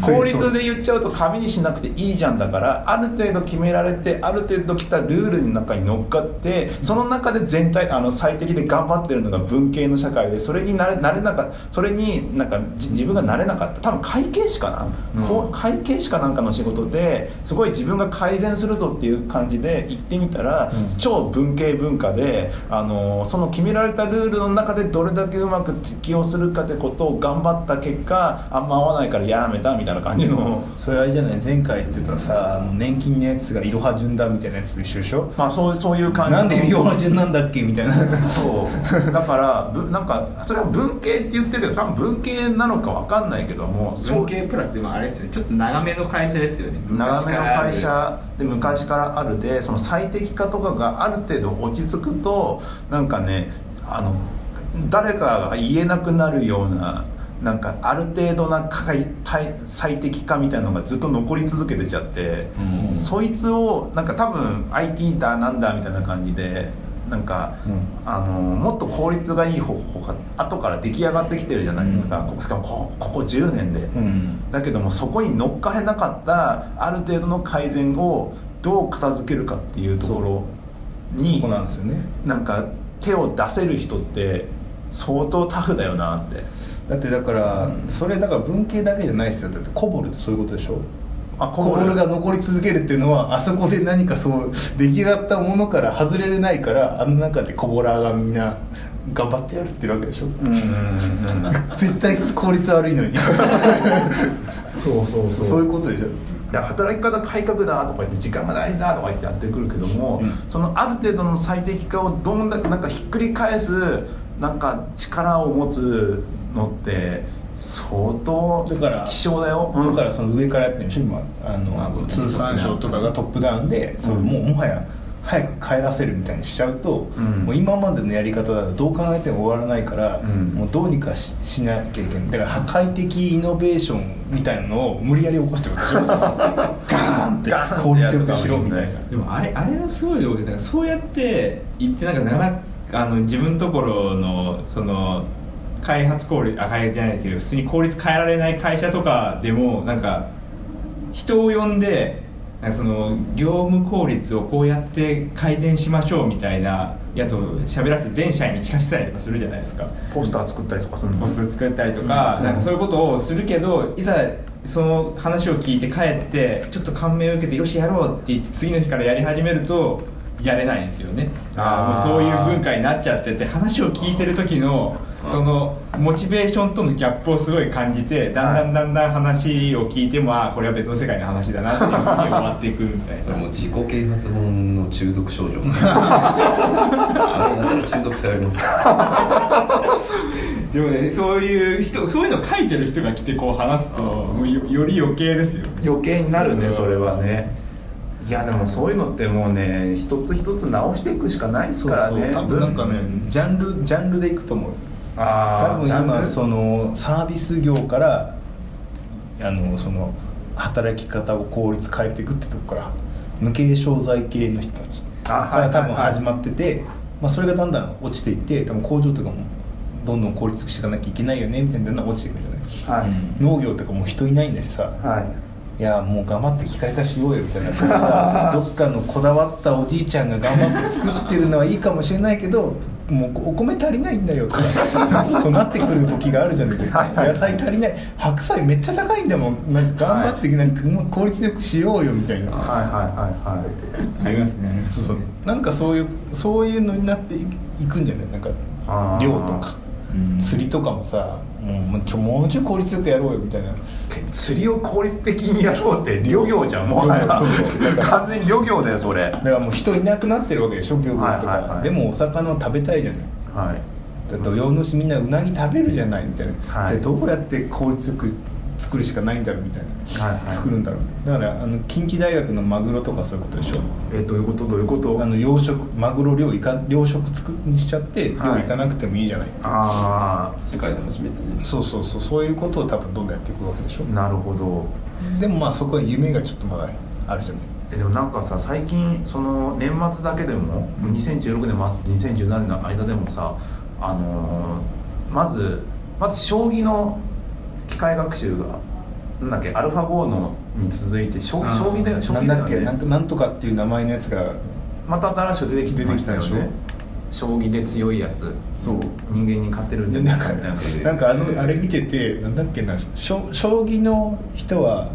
A: 効率で言っちゃうと紙にしなくていいじゃんだからある程度決められてある程度来たルールの中に乗っかってその中で全体あの最適で頑張ってるのが文系の社会でそれになれなれなかそれになんかじ自分がなれなかった多分会計士かな、
D: うん
A: こう会計士かなんかの仕事ですごい自分が改善するぞっていう感じで行ってみたら、超文系文化であのその決めげられたルールの中でどれだけうまく適応するかってことを頑張った結果あんま合わないからやめたみたいな感じの、
F: それあれじゃない前回言ってたさあの年金のやつがいろは順だみたいなやつと一緒でしょ
A: まあ、そうそういう感じの
F: なんでいろは順なんだっけみたいな
A: そうだからぶなんかそれは文系って言ってるけど多分文系なのかわかんないけどもそう
D: 文系プラスでもあれですよねちょっと長めの会社ですよね
A: 長めの会
D: 昔からある
A: 社で昔からあるでその最適化とかがある程度落ち着くとなんかねあの誰かが言えなくなるようななんかある程度な解体最適化みたいなのがずっと残り続けてちゃって、
C: うん
A: そいつをなんか多分 IT だなんだみたいな感じでなんか、あのもっと効率がいい方法が後から出来上がってきてるじゃないですか、ここしかもこここ10年で。
F: うん
A: だけどもそこに乗っかれなかったある程度の改善をどう片付けるかっていうところ
F: そ
A: に
F: こなんですよね
A: なんか手を出せる人って相当タフだよなって
F: だってだから、それだから文系だけじゃないですよだってコボルってそういうことでしょ
A: あ
F: コボルが残り続けるっていうのはあそこで何かそう出来上がったものから外れれないからあの中でコボラーがみんな頑張ってやるってるわけでしょ
A: うんうんうん
F: 絶対効率悪いのに
A: そうそうそう
F: そういうことでしょ
A: だから働き方改革だとか言って時間が大事だとか言ってやってくるけども、
F: うん
A: そのある程度の最適化をどんだけなんかひっくり返すなんか力を持つのって相当
F: だから
A: 希少だよ
F: だからその上からやってるんでしょ今あ
B: まあ
F: の通産省とかがトップダウンでそれもうもはや早く帰らせるみたいにしちゃうと、
A: うん
F: もう今までのやり方だとどう考えても終わらないから、
A: うん
F: もうどうにかししなきゃいけないだから破壊的イノベーションみたいなのを無理やり起こしてるでしょ ガーンって
A: ガーンって
F: 効率よくしろみたいな
B: でもあれあれのすごいところでなんかそうやって言ってなんかなかなかあの自分のところのその開発効率あ開発じゃないけど普通に効率変えられない会社とかでもなんか人を呼んでなんかその業務効率をこうやって改善しましょうみたいなやつを喋らせて全社員に聞かせたりとかするじゃないですか。
A: ポスター作ったりとかするの
B: ポスト作ったりとか,、なんかそういうことをするけどいざその話を聞いて帰ってちょっと感銘を受けてよしやろうって言って次の日からやり始めるとやれないんですよね
A: あー
B: もうそういう文化になっちゃってて話を聞いてる時のそのモチベーションとのギャップをすごい感じてだんだんだんだん話を聞いてもあーこれは別の世界の話だなっていうふうに終わっていくみたい
C: それ
B: な
C: もう自己啓発本の中毒症状 あれやったら中毒性ありますか
B: でもねそういう人そういうの書いてる人が来てこう話すともうよより余計ですよね
A: 余計になるねそれはねいやでもそういうのってもうね一つ一つ直していくしかないです
F: そう
A: から
F: そう、
A: ね
F: 多分なんかねジャンルジャンルでいくと思う多
A: ああ
F: 分今そのサービス業からあのその働き方を効率変えていくってとこから無形商材系の人たち
A: あはい
F: から多分
A: はいはい
F: 始まってて、まあ、それがだんだん落ちていって多分工場とかもどんどん効率よくしていかなきゃいけないよねみたいなのが落ちてくるじゃな
A: は
F: い
A: い、
F: 農業とかもう人いないんだしさ、
A: はい
F: いやもう頑張って機械化しようよみたいなそ のさどっかのこだわったおじいちゃんが頑張って作ってるのはいいかもしれないけどもうお米足りないんだよ とかこうなってくる時があるじゃん絶対野菜足りない白菜めっちゃ高いんだもんなんか頑張ってなんかもう効率よくしようよみたいな、
A: はいはいはいはい
B: ありますねあります
F: そうそうなんかそういうそういうのになっていくんじゃないなんか
A: あー
F: 漁とか釣りとかもさもうもうちょもうちょい効率よくやろうよみたいな。
A: 釣りを効率的にやろうって漁業じゃんもはや完全に漁業だよそれは
F: だからもう人いなくなってるわけでしょ病気とか、
A: はいはいはい
F: でもお魚食べたいじゃない
A: い
F: だって洋の市みんなうなぎ食べるじゃないみたいな、
A: はい
F: でどうやって効率よく作るしかないんだろうみたいな、
A: はいはい
F: 作るんだろうだからあの近畿大学のマグロとかそういうことでしょ
A: えどういうことどういうこと
F: あの養殖マグロ漁いか養殖作にしちゃって漁
A: はい
F: 行かなくてもいいじゃない、
A: あ
C: 世界で初めてね
F: そうそうそうそういうことを多分どんどんやっていくわけでしょ
A: あなるほど
F: でもまあそこは夢がちょっとまだあるじゃない
A: えでもなんかさ最近その年末だけでも2016年末2017年の間でもさあのーまずまず将棋の機械学習がなんだっけアルファ5のに続いて将
B: あー
A: 将棋だよ将
F: なん
A: 棋だ
F: だ
A: よ
F: っけ
A: ね
F: なんかなんとかっていう名前のやつが
A: また新しく出てきて
F: 出てきたでしょ
A: まよね将棋で強いやつ
F: そう
A: 人間に勝てるんじ
F: で
A: ゃ
F: な
A: なんいかみ
F: か
A: たいなことで
F: なんかあのあれ見ててなんだっけな将将棋の人は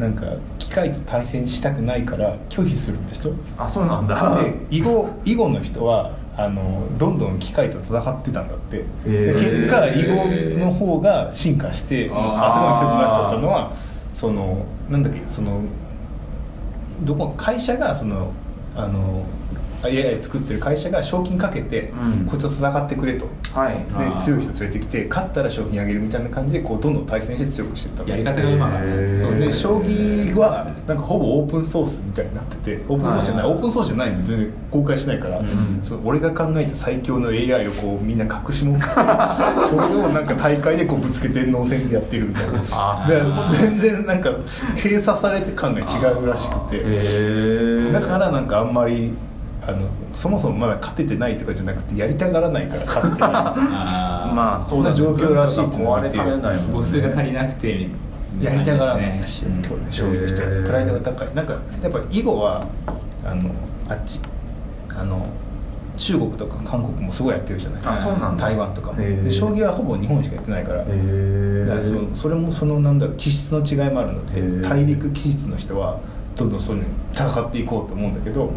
F: なんか機械と対戦したくないから拒否するんでしょ
A: あそうなんだ
F: で囲碁囲碁の人はあのどんどん機械と戦ってたんだって、
B: へー
F: で結果囲碁の方が進化して汗が強くなっちゃったのはそのなんだっけそのどこ会社がそのあの AI 作ってる会社が賞金かけて、
B: うん
F: こいつと戦ってくれと。
B: はい
F: で
B: あー
F: 強い人連れてきて勝ったら賞金あげるみたいな感じでこうどんどん対戦して強くしていった
B: やり方がうまかったんです
F: そう
B: ね
F: で将棋はなんかほぼオープンソースみたいになっててオープンソースじゃない、
B: はい
F: オープンソースじゃないんで全然公開しないから、
B: ん
F: その俺が考えた最強の AI をこうみんな隠し持 っててそれをなんか大会でこうぶつけて脳戦でやってるみたいな
B: あ
F: で全然なんか閉鎖されて感が違うらしくて。
B: へ
F: だからなんかあんまりあのそもそもまだ勝ててないとかじゃなくてやりたがらないから勝ってないみたいな
A: まあそうだね
F: そんな状況らしい
A: 文化が壊れかねないもん
B: 母数が足りなくて
F: やりたがらない
B: で
F: らし
B: す
F: い、
B: ね
F: 今日ね将棋の人はプライドが高いなんかやっぱ囲碁はあのあっちあの中国とか韓国もすごいやってるじゃない
B: あそうなんだ
F: 台湾とかも
B: へー
F: で将棋はほぼ日本しかやってないから
B: へー
F: だからそのそれもそのなんだろう気質の違いもあ
B: へ
F: るの
B: ー
F: で大陸気質の人はどんどんそういうのに戦っていこうと思うんだけど、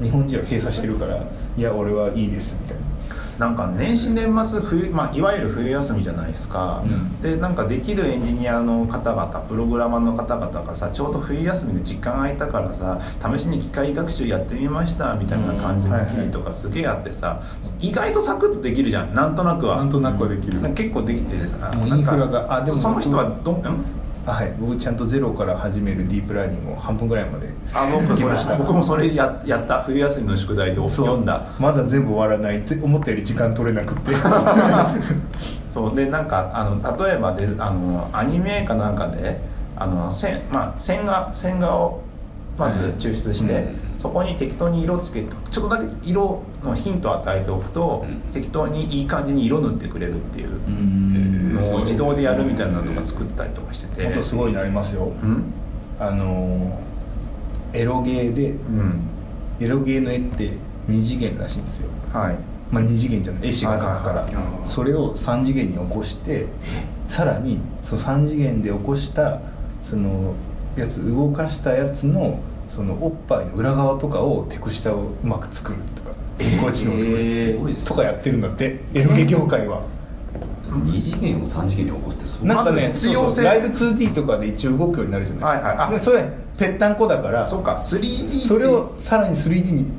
F: 日本人は閉鎖してるからいや俺はいいですみたいな
A: なんか年始年末冬、まあ、いわゆる冬休みじゃないですか、
B: うん
A: でなんかできるエンジニアの方々プログラマーの方々がさちょうど冬休みで時間空いたからさ試しに機械学習やってみましたみたいな感じの記事とかすげえあってさ、意外とサクッとできるじゃんなんとなくは
F: なんとなくはできる
A: なんか結構できてるさ
F: も
A: な
F: う
A: んか
F: インフラがあでも
A: その
F: 僕
A: 人はどんん
F: あはい僕ちゃんとゼロから始めるディープラーニングを半分ぐらいまで
A: あ僕
F: き
A: こ
F: ま
A: れ
F: した
A: 僕もそれややった冬休みの宿題で
F: そう
A: 読んだ
F: まだ全部終わらないぜ思ったより時間取れなく て
A: そうでなんかあの例えばであのアニメかなんかであの線,、まあ、線画線画をまず
C: はい
A: 抽出して、
C: うん
A: そこに適当に色つけてちょっとだけ色のヒントを与えておくと、
C: うん
A: 適当にいい感じに色塗ってくれるっていうのを自動でやるみたいなのとか作ったりとかしてて
F: もっとすごいなりますよ
A: うん
F: あのーエロゲーで
A: うん
F: エロゲーの絵って2次元らしいんですよ
A: はい
F: まあ、2次元じゃない絵師が描くから、
A: はい
B: はいはい
F: それを3次元に起こしてさらにその3次元で起こしたそのやつ動かしたやつのそのおっぱいの裏側とかを手くし下をうまく作るとかこういう知能
B: えー
C: すごいっすね
F: とかやってるんだってエロゲ業界は。
C: 二次元を三次元に起こすってそう
F: なんかね、
A: まず必要性
F: そうそうライブ 2D とかで一応動くようになるじゃな
A: は
F: い
A: いはいあ
F: でそれぺったんこだから
A: そっか 3D って
F: それをさらに 3D に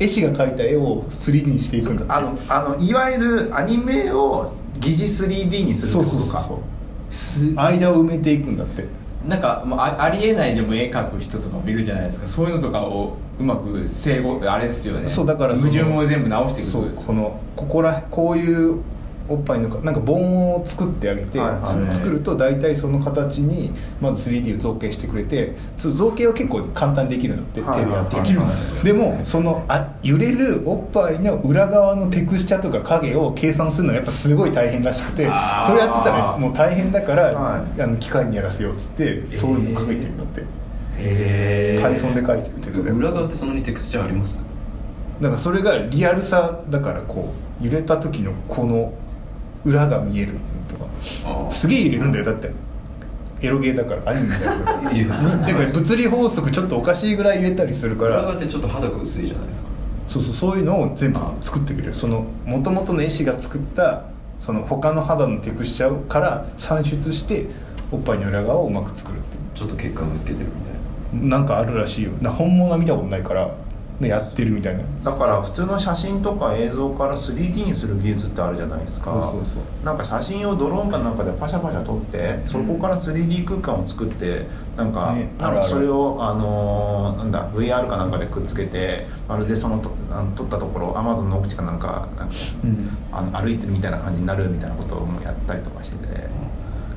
F: 絵師が描いた絵を 3D にしていくんだって
A: あのあのいわゆるアニメを疑似 3D にするってこ
F: そう
A: と
F: そう
A: か
F: そうそう
B: す
F: 間を埋めていくんだって
B: なんかまああありえないでも絵描く人とかもいるじゃないですかそういうのとかをうまく整合あれですよね
F: そうだからそ
B: 矛
F: の
B: 盾を全部直していくって
F: そ
B: こと
F: う
B: です
F: このここらこういうおっぱいのかなんか盆を作ってあげて、
A: はいはい
F: それを作ると大体その形にまず 3D を造形してくれてその造形は結構簡単にできるんだって、
A: はいはいはい
F: 手でやってでもそのあ揺れるおっぱいの裏側のテクスチャとか影を計算するのはやっぱすごい大変らしくてそれ
B: あー
F: やってたらもう大変だから、
A: はい
F: あの機械にやらせようっつってそういうのを書いてるんだって、
B: へ
F: パイソンで書いてるって言ってたよ
C: 裏側ってそんなにテクスチャーあります
F: だからそれがリアルさだからこう揺れた時のこの裏が見えるとか
C: あ
F: すげえ揺れるんだよだってエロゲーだからアニメだから
C: あいや
F: てか物理法則ちょっとおかしいぐらい揺れたりするか
C: 裏側
F: ら
C: ってちょっと肌が薄いじゃないですか
F: そうそうそういうのを全部作ってくれるその元々の絵師が作ったその他の肌のテクスチャーから算出しておっぱいの裏側をうまく作るって
C: ちょっと血管が透けてるみたいな
F: なんかあるらしいよな本物は見たことないから、ね、やってるみたいな
A: だから普通の写真とか映像から 3D にする技術ってあるじゃないですか
F: そうそうそう
A: なんか写真をドローンかなんかでパシャパシャ撮ってそこから 3D 空間を作ってなんか,、
F: ね
A: な
F: あ
A: ん
F: るあ
A: か
F: る
A: それをあのーなんだ VR かなんかでくっつけてまるでそのとあの撮ったところ Amazon の奥地かなんかなんか
F: うん
A: あの歩いてるみたいな感じになるみたいなこともやったりとかしてて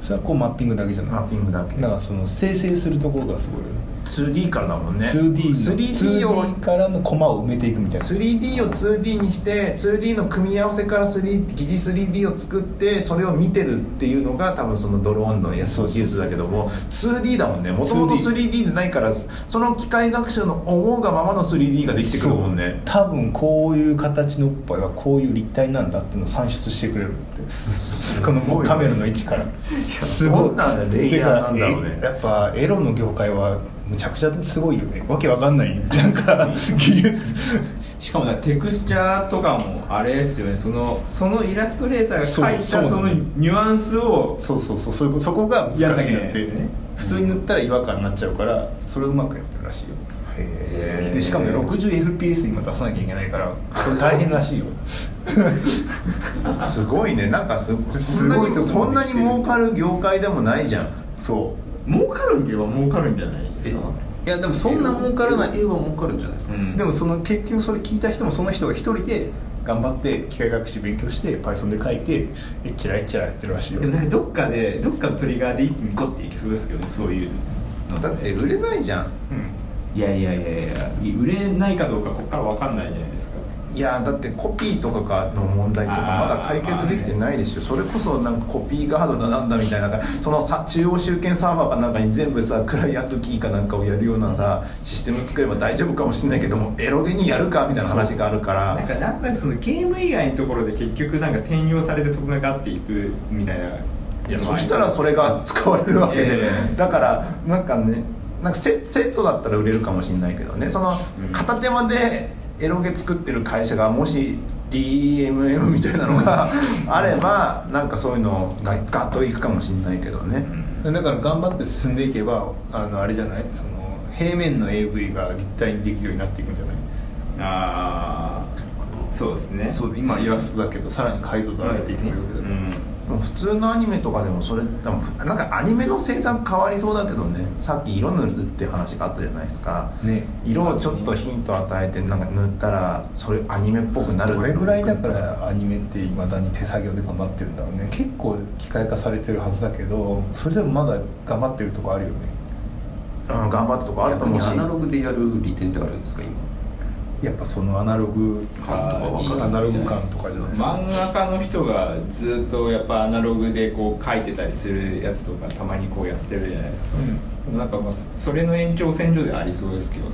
F: それはこうマッピングだけじゃない
A: マッピングだけ
F: だからその生成するところがすごいよね
A: 2D からだもんね
F: 2D, の
A: 3D を
F: 2D からのコマを埋めていくみたいな
A: 3D を 2D にして 2D の組み合わせから 3D 疑似 3D を作ってそれを見てるっていうのが多分そのドローンのやつ
F: そうそう
A: 技術だけども 2D だもんねもともと 3D でないからその機械学習の思うがままの 3D ができてくるもんね
F: 多分こういう形のおっぱいはこういう立体なんだっていうのを算出してくれるってこの
A: すごいね
F: カメラの位置からす
A: どんなレイヤーなんだろうね
F: てかえやっぱエロの業界はむちゃくちゃすごいよねわけわかんないなんか技術
D: しかもねテクスチャーとかもあれですよねそのそのイラストレーターが書い
F: そう
D: た
F: そう
D: そのニュアンスを
F: そうそうそうそういうことそこが難しいんだ
D: やんなきゃいけな
F: っ
D: いで
F: て
D: すね
F: 普通に塗ったら違和感になっちゃうからそれをうまくやってるらしいよ
G: へ
F: でしかもね 60fps 今出さなきゃいけないからそれ大変らしいよ
A: すごいねなんかすそんな
G: すごいとこまで来て
A: に
G: る
A: そんなに儲かる業界でもないじゃん
F: そ
D: 儲かるんでは儲かるんじゃないですか
F: ういやでもそんな儲からない
C: 英語は儲かるんじゃないですか、
F: でもその結局それ聞いた人もその人が一人で頑張って機械学習勉強して Python で書いてえっちらえっちらやってるらしいよ
D: でもなんかどっかでどっかのトリガーで一気にゴッていきそうですけどねそういうの
A: だって売れないじゃん
D: いやいやいやいや売れないかどうかここから分かんないじゃないですか
A: いやーだってコピーとかの問題とかまだ解決できてないでしょそれこそなんかコピーガードだなんだみたいななんかそのさ中央集権サーバーかなんかに全部さクライアントキーかなんかをやるようなさシステム作れば大丈夫かもしれないけどもエロゲにやるかみたいな話があるか
D: なん
A: ら
D: かなんとなくそのゲーム以外のところで結局なんか転用されてそこがガッていくみたいない
A: やそしたらそれが使われるわけ
D: いや
A: で
D: いやいや
A: だからなんかねなんかセセットだったら売れるかもしれないけどねその片手間でエロゲ作ってる会社がもし DMM みたいなの があればなんかそういうのがガッといくかもしれないけどね、
F: だから頑張って進んでいけばあのあれじゃないその平面の AV が立体にできるようになっていくんじゃない
D: ああそうですね
F: そう今イラストだけどさらに解像度上げていくわけだから、
D: うん
A: もう普通のアニメとかでもそれでもなんかアニメの制作変わりそうだけどねさっき色塗るって話があったじゃないですか、
F: ね
A: 色をちょっとヒント与えてなんか塗ったらそれアニメっぽくなる
F: どれぐらいだからアニメっていまだに手作業で頑張ってるんだろうね結構機械化されてるはずだけどそれでもまだ頑張ってるとこあるよね
A: あの頑張ったとこあると
C: 逆
A: 思
C: に
A: うし
C: アナログでやる利点ってあるんですか今
F: やっぱそのアナログ
C: 感とかわかる
F: アナログ感とかじゃないですか、
D: 漫画家の人がずっとやっぱアナログでこう書いてたりするやつとかたまにこうやってるじゃないですか、でもなんかまあそそれの延長線上ではありそうですけどね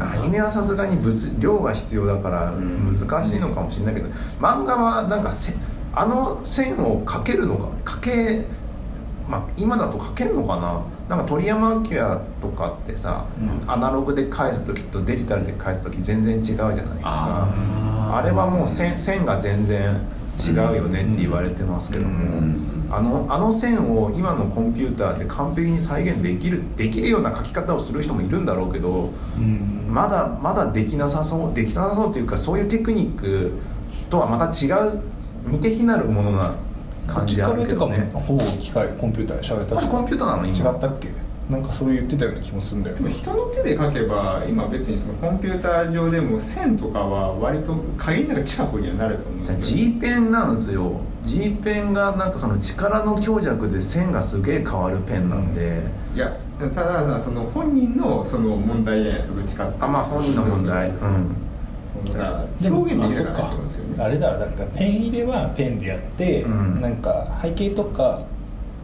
A: アニメはさすがに物量が必要だから
D: ん
A: 難しいのかもしれないけど、漫画はなんかせあの線を描けるのか描けまあ今だと描けるのかななんか鳥山明とかってさ、
D: うん
A: アナログで返す時とデジタルで返す時全然違うじゃないですか
C: あー
A: あれはもう線線が全然違うよねって言われてますけども、
C: うん
A: あのあの線を今のコンピューターで完璧に再現できるできるような書き方をする人もいるんだろうけど、まだまだできなさそうできなさそうというかそういうテクニックとはまた違う似て非なるものな感じ
F: カ
A: あ
F: メ
A: るけ
F: とか
A: ど
F: も
A: ね
F: ほぼ機械コンピューターで喋った
A: あれコンピューターなの今
F: 違ったっけなんかそう言ってたような気もするんだよ
D: でも
F: ね
D: 人の手で書けば今別にそのコンピューター上でも線とかは割と限りなく近くにはなると思うんですけど
A: G ペンなんですよ G ペンがなんかその力の強弱で線がすげえ変わるペンなんで、
D: いやただただその本人のその問題じゃないですかどっちかっていうと
A: あまあ本人の問題
D: そううそうそうんそうだから
F: でも
D: 表現できなか
F: あ
D: ったと
F: そっ
D: 思うんですよね
F: かあれだなんかペン入れはペンでやって、
A: うん
F: なんか背景とか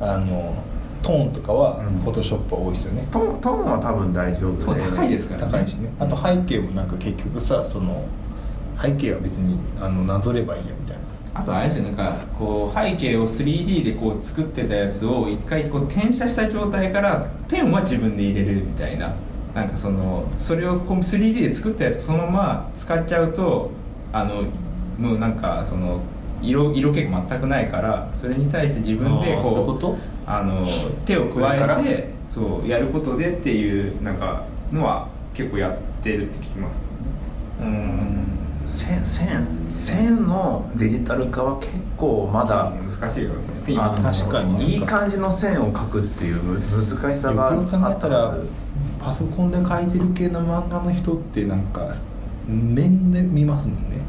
F: あのトーンとかは
A: うん
F: フォトショップは多いですよね、
A: トーントーンは多分大丈夫で
D: 高いですからね
F: 高いしねあと背景もなんか結局さその背景は別にあのなぞればいいやみたいな
D: あとあれですよなんかこう背景を 3D でこう作ってたやつを一回こう転写した状態からペンは自分で入れるみたいななんかそのそれをこう 3D で作ったやつをそのまま使っちゃうとあのもうなんかその色色気が全くないからそれに対して自分で
F: あー
D: こう
F: そういうこと
D: あの手を
F: 上か
D: 加
F: ら
D: えてそうやることでっていうなんかのは結構やってるって聞きますもんね
A: 線線線のデジタル化は結構まだ
D: うん難しいかもしれないですね
A: あの
F: 確かに
A: いい感じの線を描くっていう難しさがあ
F: よ
A: っ
F: く
A: た
F: よく考えたら
A: はず
F: パソコンで描いてる系の漫画の人ってなんか面で見ますもんね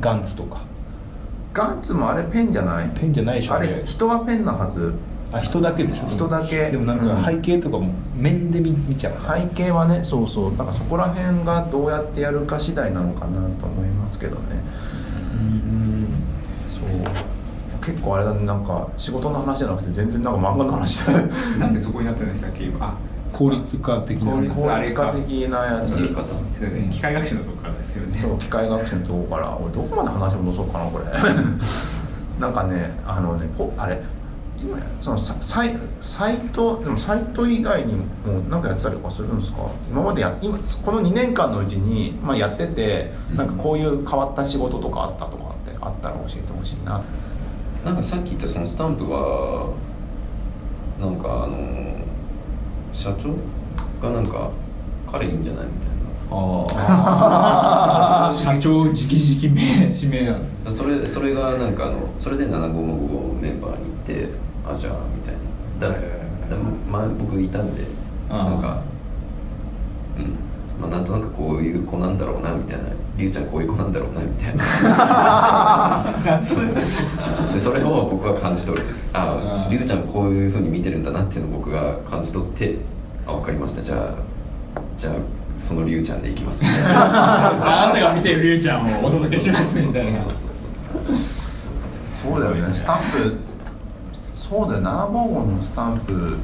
F: ガンツとか
A: ガンツもあれペンじゃない
F: ペンじゃないでしょ
A: あ
F: あ
A: れ
F: れ
A: 人はペンなはず
F: あ人だけでしょ
A: 人だけ
F: でもなん
A: うん
F: か背景とかも面で見見ちゃうな、
A: 背景はねそうそうなんかそこら辺がどうやってやるか次第なのかなと思いますけどねそう結構あれだねなんか仕事の話じゃなくて全然なんか漫画の話 だね
D: なんでそこになったんでしたっけ今あ
F: 効率化的な
A: 効率
D: あれか
A: 化的なやつ
C: 作り方
D: そうよね機械学習のとこからですよね
A: そう機械学習のとこ から俺どこまで話戻そうかなこれなんかねあのねポあれ今そのササイサイトでもサイト以外にも何かやってたりとかするんですか今までや今この2年間のうちに、まあ、やっててなんかこういう変わった仕事とかあったとかってあったら教えてほしいな
C: なんかさっき言ったそのスタンプはなんかあの社長がなんか彼いいんじゃないみたい
D: ああ社長直々名指名なんですね
C: なそれそれがなんかあのそれで7 5 5メンバーに行ってあじゃあみたいなだ
D: へー
C: でも前僕いたんで
D: あー
C: なんかうんまあ、なんとなくこういう子なんだろうなみたいなりゅうちゃんこういう子なんだろうなみたいな でそれを僕は感じ取るんですあ
D: あー
C: りゅうちゃんこういうふうに見てるんだなっていうのを僕が感じ取ってあ分かりましたじゃあじゃあそのりゅうちゃんでいき ますみたいな
D: あなたが見てるりゅうちゃんをお届けしますみたいな
C: そうそうそうそうそう
A: そうだよねスタンプそうだよ755のスタンプ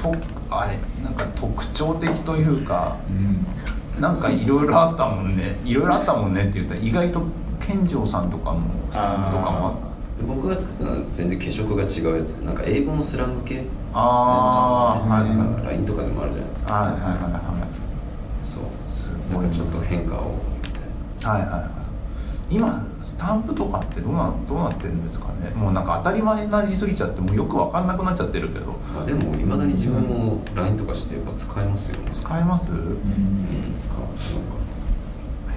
A: とあれなんか特徴的というか
D: うん
A: なんかいろいろあったもんねいろいろあったもんねって言ったら意外と健丈さんとかもスタンプとかもあった
C: 僕が作ったのは全然化粧が違うやつなんか英語のスラング系のやつ
A: あー
C: なんですよ
A: はい
C: ねなんか LINE とかでもあるじゃないですか
A: はいはいはいはいす
C: そう
A: ごい
C: なんかちょっと変化をみたいな
A: はいはいはい今スタンプとかってどうなどうなってるんですかねもうなんか当たり前になりすぎちゃってもうよく分かんなくなっちゃってるけど
C: まあ、でもいまだに自分も LINE とかしてやっぱ使えますよね
A: 使えます、
C: うん使うなんか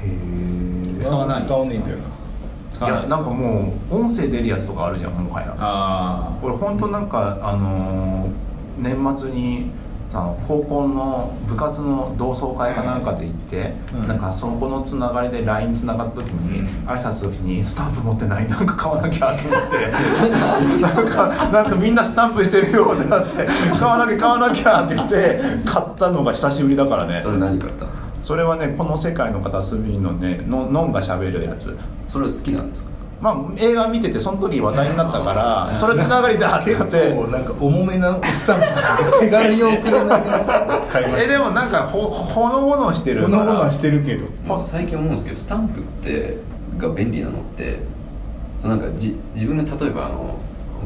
A: へえ
D: 使わない
H: 使わねえんだよない
A: やなんかもう音声出るやつとかあるじゃんもはや
D: あ
A: 俺本当なんかあのー年末にあの高校の部活の同窓会かなんかで行って、
H: うん
A: なんかそこのつながりで LINE つながった時に、
D: うん
A: 挨拶の時にスタンプ持ってないなんか買わなきゃと思ってなんかなんかみんなスタンプしてるよってなって買わなきゃ買わなきゃって言って買ったのが久しぶりだからね
C: それ何買ったんですか
A: それはねこの世界の片隅のねののんが喋るやつ
C: それは好きなんですか
A: まあ映画見ててその時話題になったからそれつながりであれやって
F: もうなんか重めなスタンプ手軽に送れないやつ買いま
A: え
F: し
A: でもなんかほほのぼのして
F: た
A: る
F: こ
A: から
F: んなことはしてるけど
C: もう最近思うんですけどスタンプってが便利なのってそのなんかじ自分が例えばあの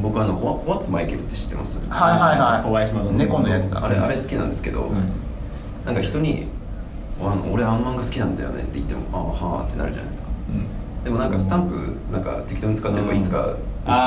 C: 僕あの「ホワッツマイケル」って知ってます
A: はいはいはい
D: 小林窓の
A: 猫のやつだ
C: あれあれ好きなんですけど、なんか人に「あの俺アンマンが好きなんだよね」って言っても「ああはあ」ってなるじゃないですかでもなんかスタンプなんか適当に使ってればいつか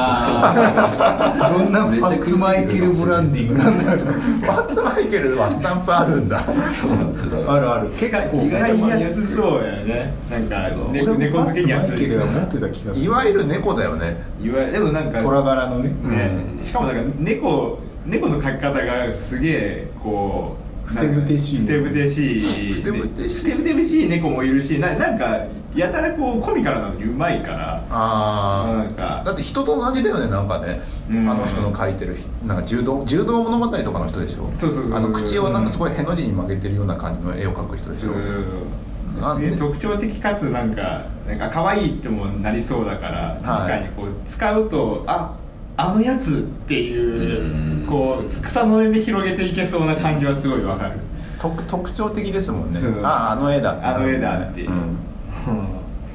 D: あ
F: どんなパッツマイケルブランディングなんだろう
A: バッツマイケルはスタンプあるんだ
C: そうなんですよ
F: るある
D: 結構使いやすそうやねなんか
C: そう
D: ね猫好きにやつ
F: マイケルは持ってた気がす
A: い
F: る
A: わゆる猫だよね
D: いわゆるでもなんか
H: 虎柄のね
D: ね、しかもなんか猫猫の描き方がすげえこう
H: ふてぶてしい
D: ふてぶてしい
A: ふてぶてしい
D: ふてぶてしい猫もいるしななんかやたらこうコミカルなのにうまいから
A: あ
D: なん
A: あ
D: か
A: だって人と同じだよねなんかねあ
D: うん
A: の人の書いてるひなんか柔道柔道物語とかの人でしょ
D: そうそうそう
A: あの口をなんかすごいへの字に曲げてるような感じの絵を描く人でし
D: そ
A: ょ
D: う
A: なん
D: す
A: で
D: げえ特徴的かつなんかなんか可愛いってもなりそうだから確かにこう使うとああのやつっていう
C: うん
D: こう草の根で広げていけそうな感じはすごいわかる
A: 特特徴的ですもんね
D: そう
A: あああの絵だ
D: あの絵だってい
A: う
D: う
A: ん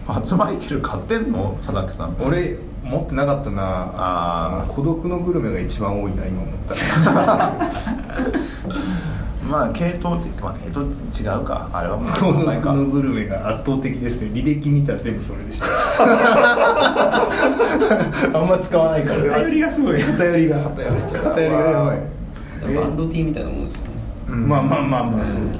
A: バッツマイケル買ってんの佐々木さん
H: 俺持ってなかったな
A: あー
H: あの孤独のグルメが一番多いな今思ったら
A: まあ系統って、まあ、系統違うかあれ はもう
F: 孤独
A: ないか
F: のグルメが圧倒的ですね履歴見たら全部そ れでしたあんま使わないから
D: 頼りがすごい
F: 偏りが偏り
A: ちゃう
F: がやばい
C: バンド T みたいなもんですよね
A: うん
F: まあまあまあまあそううんへ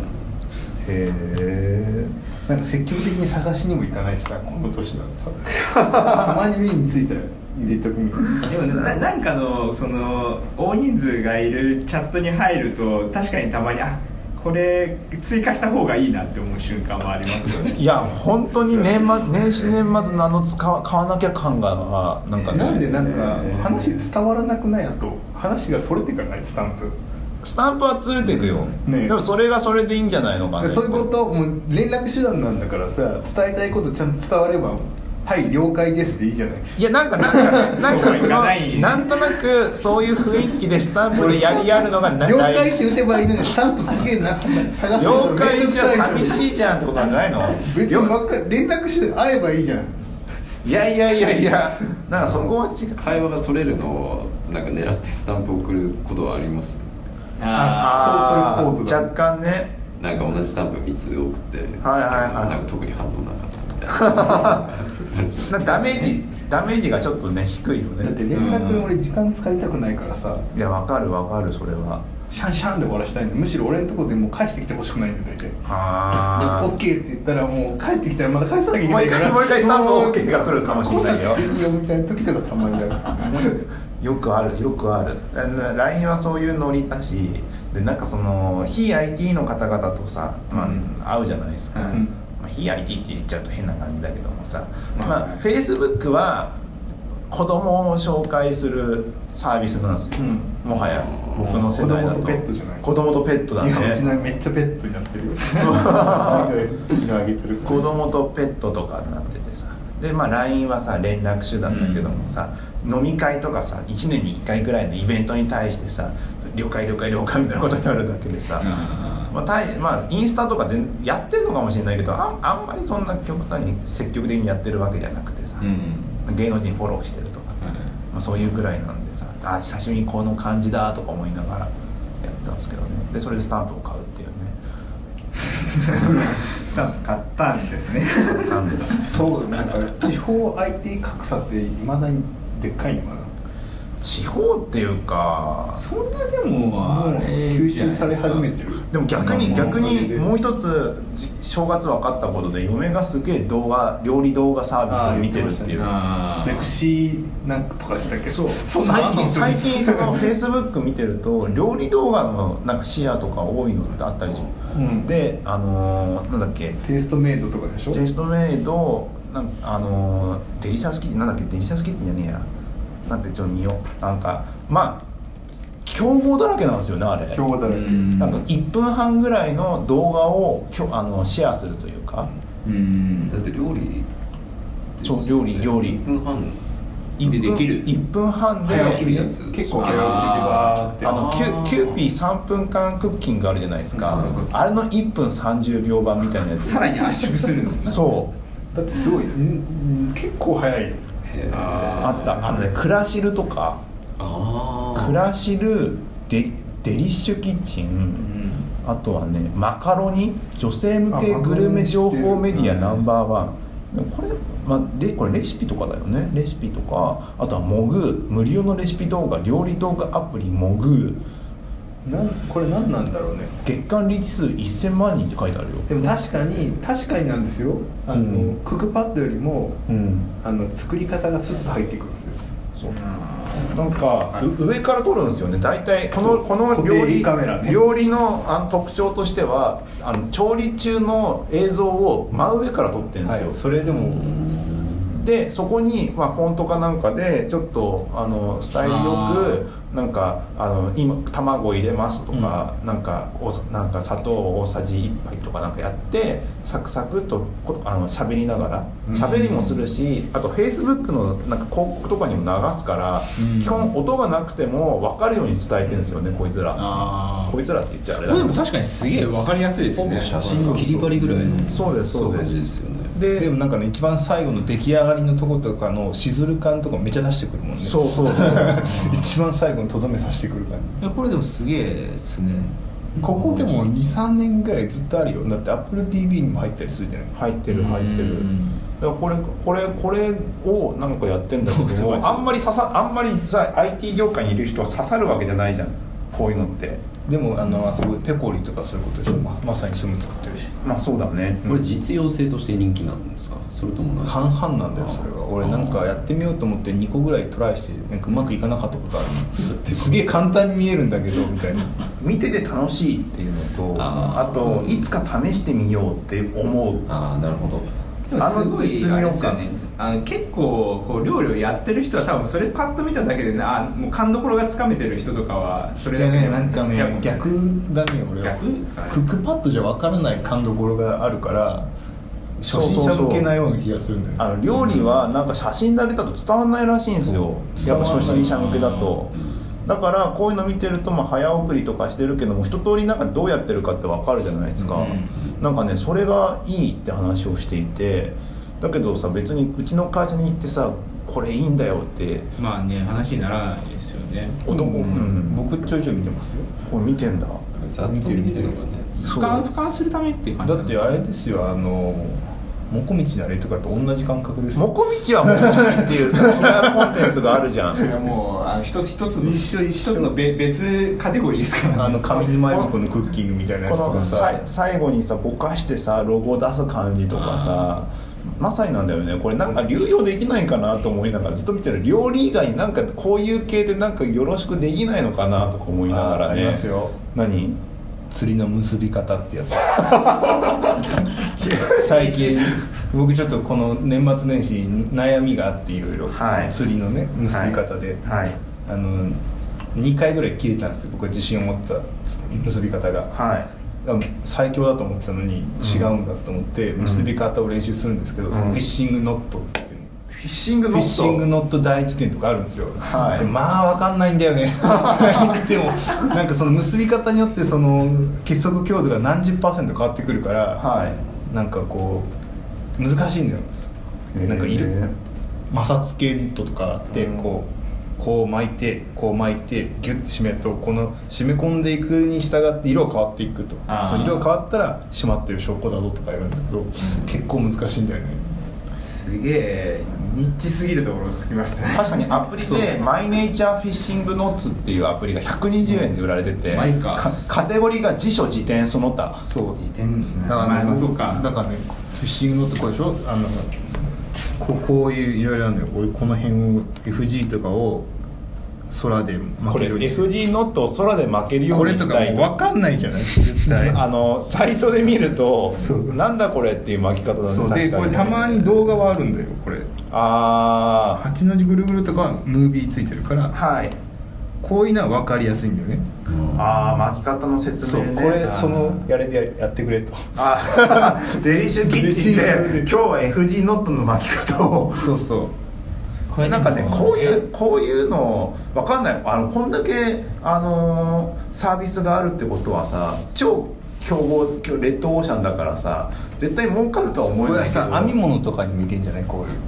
F: えなんか積極的に探しにも行かないしさこの年なんでさたまに目についたら入れとくみたいな
D: でもななんかのその大人数がいるチャットに入ると確かにたまにあこれ追加した方がいいなって思う瞬間もありますよね
A: いや本当に年末年始年末のあの使わ買わなきゃ感がなんかね
F: なんでなんか話伝わらなくないあと話がそれていかないスタンプ
A: スタンプはずれてくよ、
F: ねえ
A: でもそれがそれでいいんじゃないのかね
F: そういうこともう連絡手段なんだからさ伝えたいことちゃんと伝われば「はい了解です」でいいじゃない
A: いやなんかなんかなんか
D: そ
A: そうの
D: はいかない
A: なんとなくそういう雰囲気でスタンプでやりやるのがな
F: 了解っ
A: 大
F: て打てばいいのにスタンプすげえな探すの
A: 了
F: がめん
A: 解
F: どく
A: じゃ
F: さいから
A: 寂しいじゃんってことなんじゃないの
F: 別にばっか連絡手段会えばいいじゃん
A: いやいやいやいやなんかそこは違う
C: 会話がそれるのをなんか狙ってスタンプ送ることはあります
I: ああそういうコードだ
A: 若干ね
C: なんか同じスタンプ3つ送って、
A: はいはいはい
C: なんか特に反応なかったみたいな
A: なダメージダメージがちょっとね低いよ
I: だって
A: ね
I: 連絡に俺時間使いたくないからさ
A: いやわかるわかるそれは
I: シャンシャンで終わらしたいんでむしろ俺のとこでもう返してきてほしくないんだよ大体
A: あ
I: オ
A: ー
I: ッケーって言ったらもう帰ってきたらまた返さなき ゃいけ
A: も
I: な
A: う
I: い
A: 一
I: か
A: 回
I: ら
A: もう一回スタンプ OK が来るかもしれないよ
I: 来くていいよみたいな時とかたまにだよ
A: よくあるよくあるあの LINE はそういうノリだしでなんかその非 IT の方々とさ、まあ、会うじゃないですか、
I: うん
A: まあ、非 IT って言っちゃうと変な感じだけどもさ、
D: まあ
A: まあ、Facebook は子供を紹介するサービスなんですよ、もはや僕の世代だと
I: 子供とペットじゃない
A: 子供とペットだ
I: いやうち
A: ね
I: のめっちゃペットになって るよ色あげてる
A: 子供とペットとかになっててさでまあ LINE はさ連絡手段だけどもさ、飲み会とかさ1年に1回ぐらいのイベントに対してさ了解了解了解みたいなことになるだけでさ、まあたいまあ、インスタとか全やってるのかもしれないけどあんあんまりそんな極端に積極的にやってるわけじゃなくてさ、芸能人フォローしてるとか、まあ、そういうぐらいなんでさあ久しぶりにこの感じだとか思いながらやったんですけどねでそれでスタンプを買うっていうね
D: スタンプ買ったんですね
A: なんで
I: そうなんか地方 IT 格差っていまだにでっかいのかな
A: 地方っていうか
D: そんなでもあ
I: もう
D: れ
I: 吸収され始めてる
A: でも逆に
I: そんな
A: 逆
I: もん
A: にもう一つじ正月分かったことで嫁がすげえ動画料理動画サービスを見てるっていう
D: あ
I: ゼクシーなんとかでしたっけ
A: そう
I: そんなのあ
A: 最
I: んの
A: 近最近そのフェイスブック見てると料理動画のなんかシェアとか多いのってあったりし
I: うん
A: であのーなんだっけ
I: テイストメイドとかでしょ
A: テストメイドなんあのーデリシャスキッチンなんだっけデリシャスキッチンじゃねえやなんてちょっと見ようなんかまあ競合だらけなんですよねあれ
I: 競合だらけ
D: うん
A: なんか1分半ぐらいの動画をきょあのシェアするというか
D: うん
C: だって料理
A: そう料理料理
C: 1分半
D: でできる
A: 1分半で
C: 早切るやつ
I: 結構
C: あ
I: 早送りでわーって
A: あのキュ
D: あー
A: キューピー3分間クッキングあるじゃないですか
C: うん
A: あれの1分30秒版みたいなやつ
D: さらに圧縮するんですね
A: そう
I: だってすごいねうんうん結構早いよ
C: へー
A: あったあのねクラシルとか
C: あー
A: クラシルデデリッシュキッチンあとはねマカロニ女性向け
I: あマカロニ
A: グルメ情報メディ
D: う
A: ア
D: ん
A: ナンバーワンでもこれ,、まあ、レこれレシピとかだよねレシピとかあとはモグ無料のレシピ動画料理動画アプリモグ
I: なんこれ何なんだろうね
A: 月間リーチ数1000万人って書いてあるよ
I: でも確かに確かになんですよあの、
A: うん
I: クックパッドよりも
A: うん
I: あの作り方がスッと入っていくんですよ
A: そうなんかう上から撮るんですよね大体このこの
I: 固
A: 料
I: 定
A: 理
I: カメラね
A: 料理のあの特徴としてはあの調理中の映像を真上から撮ってるんですよ、
I: それでも
A: でそこに、まあ、フォントかなんかでちょっとあのスタイルよくなんかあの今卵入れますとか、なんかおなんか砂糖大さじ1杯とかなんかやってサクサクっとこあの喋りながら喋りもするし、あとフェイスブックのなんか広告とかにも流すから、基本音がなくても分かるように伝えてるんですよねこいつら
D: あ
A: こいつらって言っちゃあれ
D: あ
A: だ
D: で
A: け
D: も
A: ど
D: 確かにすげえわかりやすいです
C: ほぼ
D: ね
C: 写真の切り張りぐらいの
A: そうですそうで
C: 感
A: す
C: じですよね
A: で
F: でもなんかね一番最後の出来上がりのとことかのしずる感とかめっちゃ出してくるもんね
A: そうそうそう
F: 一番最後にとどめさせてくる
D: い
F: 感
D: やこれでもすげえですね
F: じここでも23年ぐらいずっとあるよだって AppleTV にも入ったりするじゃな
A: 入
F: い
A: ってる入ってる、
D: うん
A: だからこれこれこれをなんかやってんだけ
F: す
A: ど
F: ごい
A: あんまり刺さあんまりさ IT 業界にいる人は刺さるわけじゃないじゃんこういうのって
F: でもあのあそこペコリとかそういうことでしょままさにそういうの作ってるし
A: まあそうだね
C: これ実用性として人気なんですかそれともなんか
F: 半々なんだよそれは俺なんかやってみようと思って2個ぐらいトライしてなんかうまくいかなかったことあ るすげえ簡単に見えるんだけどみたいな
A: 見てて楽しいっていうのとあ
C: あー
A: と
C: うん
A: いつか試してみようって思う
C: ああなるほど
D: でも
A: あ
D: すごい
A: の絶妙感
D: あれですよねあの結構こう料理をやってる人は多分それパッと見ただけでねあもう勘どころがつかめてる人とかはそれ
F: い
D: だ
F: や
D: け
F: ね
D: で
F: なんかね
D: 逆
F: 逆だね俺は
D: 逆ですかね
F: クックパッドじゃ分からない勘どころがあるから初心者向けなような気がするんだよね
A: あの料理はなんか写真だけだと伝わんないらしいんですよやっぱ初心者向けだとだからこういうの見てるとまあ早送りとかしてるけども一通りなんかどうやってるかってわかるじゃないですか、なんかねそれがいいって話をしていてだけどさ別にうちの会社に行ってさ
J: これいいんだよって
D: まあね話にならないですよね
J: 男、うん
A: ん
J: 僕ちょいちょい見てますよ
A: これ見てんだ
C: ざっと見てるのがね
D: 俯瞰俯瞰するためっていう感じ
F: だってあれですよあのモコミチのあれとかと同じ感覚ですよ
J: モコミチはモコミチっていうさ キラーコンテンツがあるじゃん
D: それはもうあの一つ一つの
F: 一緒一緒
D: 一つのべ別カテゴリーですからね
F: あの上沼恵美子のクッキングみたいなや
J: こ
F: つと
J: の
F: かさ
J: さ最後にさぼかしてさロゴ出す感じとかさまさになんだよねこれなんか流用できないかなと思いながらずっと見てる料理以外になんかこういう系でなんかよろしくできないのかなとか思いながら
F: あーあり
J: ね
F: ますよ
J: 何
F: 釣りの結び方っ てやつ最近僕ちょっとこの年末年始悩みがあっていろいろ
A: はい
F: 釣りのね結び方で、
A: はい
F: あの2回ぐらい切れたんですよ僕は自信を持った結び方が
A: はい
F: あの最強だと思ってたのに違うんだと思って結び方を練習するんですけど、そのフィッシングノットっていうの
A: フィッシング
F: フ
A: ノ
F: ィッ
A: ッ
F: シング
A: ト
F: ノット第一点とかあるんですよ、
A: はい
F: でまあ分かんないんだよねでもなんかその結び方によってその結束強度が何十パーセント変わってくるから、
A: はい
F: なんかこう難しいんだよ、なんかいる摩擦系ニットとかあってこうこう巻いてこう巻いてギュッて締めるとこの締め込んでいくに従って色が変わっていくと
D: あー
F: その色が変わったら締まってる証拠だぞとか言われるんだけど結構難しいんだよね
D: すげえニッチすぎるところをつきましたね
J: 確かにアプリで「マイネイチャーフィッシングノッツ」っていうアプリが120円で売られてて
D: マイカ
J: かカテゴリーが辞書辞典その他
F: そう
D: 時点
F: だ
D: ま
F: か
D: あ
F: らね、
D: まあそうか
F: だからねフィッシングのとこでしょあのこうこういういろいろなんだよ俺この辺を FG とかを空で負
J: こ
F: け
J: れ
F: るようにする
J: FG ノットを空で負けるよ
F: こ
J: う
F: れ
J: に
F: と
J: し
F: か
J: た
F: もう
J: い
F: 分かんないじゃない絶対
J: あのサイトで見ると
F: そう
J: なんだこれっていう巻き方だね
F: そう
J: 確
F: で
J: かね
F: これたまに動画はあるんだよこれ
J: あ
F: 8の字ぐるぐるとかはムービーついてるから
A: はい
F: こういうのは分かりやすいんだよね
A: ああ巻き方の説明ね
F: そのやれでやってくれと
A: あ デリシュキッチン
F: デ
A: で
F: リ
A: 今日は FG ノットの巻き方を
F: そうそう
D: これ
A: なんかねこういううこういうのわかんないあのこんだけあのーサービスがあるってことはさ超競合今日レッドオーシャンだからさ絶対儲かるとは思
F: こ
A: え
F: れ
A: ない
F: は
A: けど
F: さ編み物とかに向けんじゃないこういう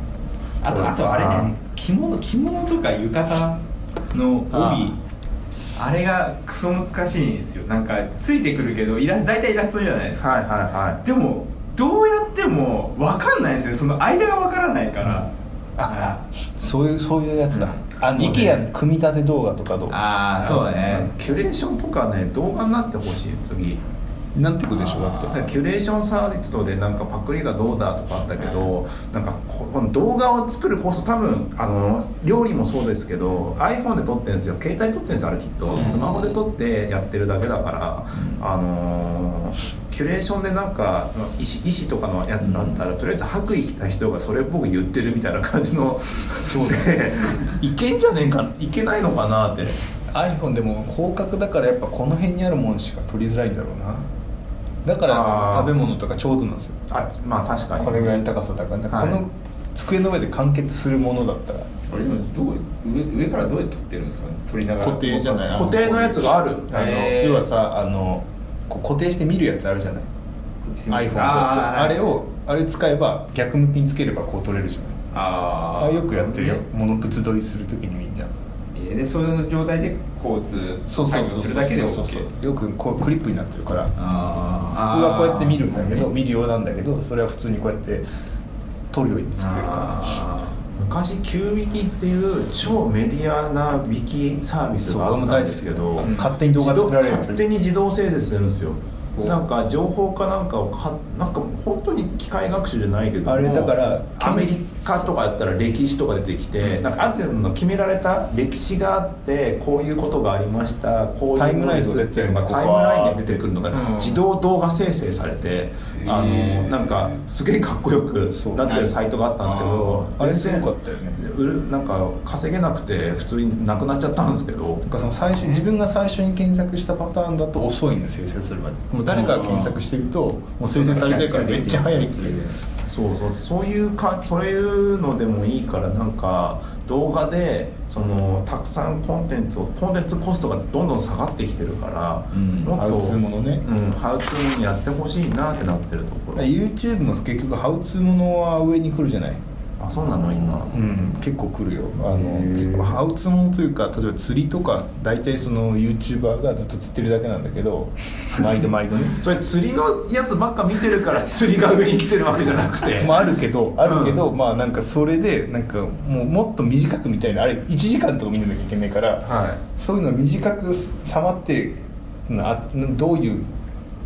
D: あとあとあれね着物着物とか浴衣の帯
F: あ
D: あれがクソ難しいんですよなんかついてくるけどイラ大体イラストじゃないですか
A: はいはいは
D: でもどうやっても分かんないんですよその間が分からないから、あ
F: そういうそういうやつだ、あの IKEA の組み立て動画とかどう
D: あーそうだ
A: い、
D: ね
A: キュレーションとかね動画になってほしい次
F: なんてことでしょうだって
A: だからキュレーションサービスでなんかパクリがどうだとかあったけど、なんかここの動画を作るコスト多分あの料理もそうですけど iPhone で撮ってるんですよ携帯撮ってるんですよあれきっと、
C: うん
A: スマホで撮ってやってるだけだから、あのーキュレーションでなんか医師医師とかのやつだったら、とりあえず白衣着た人がそれっぽく言ってるみたいな感じのそうでいけんじゃねえか いけないのかなって
F: iPhone でも広角だからやっぱこの辺にあるものしか取りづらいんだろうなだから
A: あー
F: 食べ物とかちょうどなんですよ
A: あまあ確かに
F: これぐらいの高さだからだから
A: はい
F: この机の上で完結するものだったら
D: これ今どう上上からどうやって撮ってるんですかね撮りながら
F: 固定じゃない
A: 固定のやつがある
F: あの
D: へー
F: 要はさあのこう固定して見るやつあるじゃない iPhone
D: あー
F: とかあれをあれ使えば逆向きにつければこう撮れるじゃない
D: あ
F: あ
D: ー
F: あよくやってるよ
D: ね
F: 物物撮りするときにみんな
D: えーでその状態で交通作業するだけで OK
F: よくこうクリップになってるから普
D: あ
F: 通はこうやって見るんだけど
D: ー
F: 見るようなんだけどそれは普通にこうやって撮るように作れるから
D: あ
A: 昔 QWiki っていう超メディアな Wiki サービスがあったんですけど
F: うん勝手に動画作られる
A: 自動
F: や
A: 勝
F: つ
A: 手に自動生成するんですよなんか情報かなんかをかなんか本当に機械学習じゃないけども
F: あれだから
A: アメリカとかやったら歴史とか出てきてなんかある程度の決められた歴史があってこういうことがありましたこう
F: タ
A: い
F: イ
A: う
F: ム
A: もの
F: ライ
A: で
F: ン
A: すっていうのが
F: とか
A: タイムラインで出てくるのが
D: うん
A: 自動動画生成されてあの
D: へー
A: なんかすげえかっこよく
F: そう
A: なってるサイトがあったんですけど
F: あーあれす
A: 全然
F: ごかったよね
A: 売るなんか稼げなくて普通になくなっちゃったんですけど
F: なんかその最初自分が最初に検索したパターンだと遅いんです生成するまでもう誰かが検索してるともう生成されてるからめっちゃ早いっていう
A: そうそうそういうかそういうのでもいいからなんか動画でそのたくさんコンテンツをコンテンツコストがどんどん下がってきてるから、
D: うん
A: も
F: ハ
A: っ
F: ウ
A: と
F: ツーものね
A: うん、ハウツーやってほしいなってなってるとこ
F: だ
A: ろ
F: から YouTube も結局ハウツーものは上に来るじゃない
A: あそんなのいいな
F: うん、結構来るよあの結構ハウツモというか例えば釣りとか大体その YouTuber がずっと釣ってるだけなんだ けど毎度毎度ね
A: それ釣りのやつばっか見てるから釣りが上に来てるわけじゃなくて
F: まああるけどあるけど、まあなんかそれでなんかもうもっと短くみたいなあれ1時間とか見なきゃいけないから、
A: は
F: そういうのを短くさまってなどういう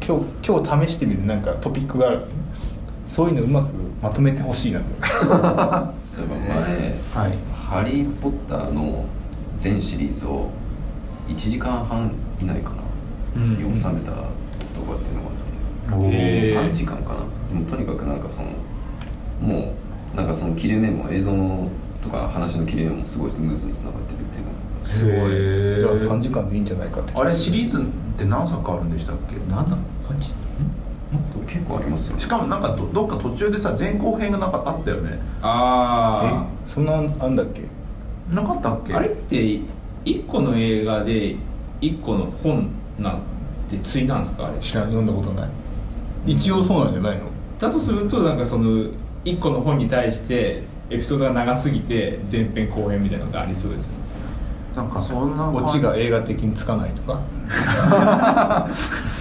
F: 今日今日試してみるなんかトピックがあるそういうのうまくまとめてほしいなと
C: そういえば前
A: いはい
C: 「ハリー・ポッター」の全シリーズを1時間半以内かな、に収めたとかっていうのがあって
A: おー
C: 3時間かなでもとにかくなんかそのもうなんかその切れ目も映像のとか話の切れ目もすごいスムーズにつながってるっていうのが
A: すごい
F: じゃあ3時間でいいんじゃないかって
A: あれシリーズって何作あるんでしたっけ
D: なんだ感じ
C: 結構ありますよね
A: しかもなんかどどっか途中でさ前後編がなんかあったよね
D: ああ
F: えそんなあんだっけ
A: なかったっけ
D: あれって一個の映画で一個の本なんてついなんですかあれ
F: 知らん読んだことない一応そうなんじゃないの
D: だとするとなんかその一個の本に対してエピソードが長すぎて前編後編みたいなのがありそうですよね
A: なんかそんな
F: オチが映画的につかないとか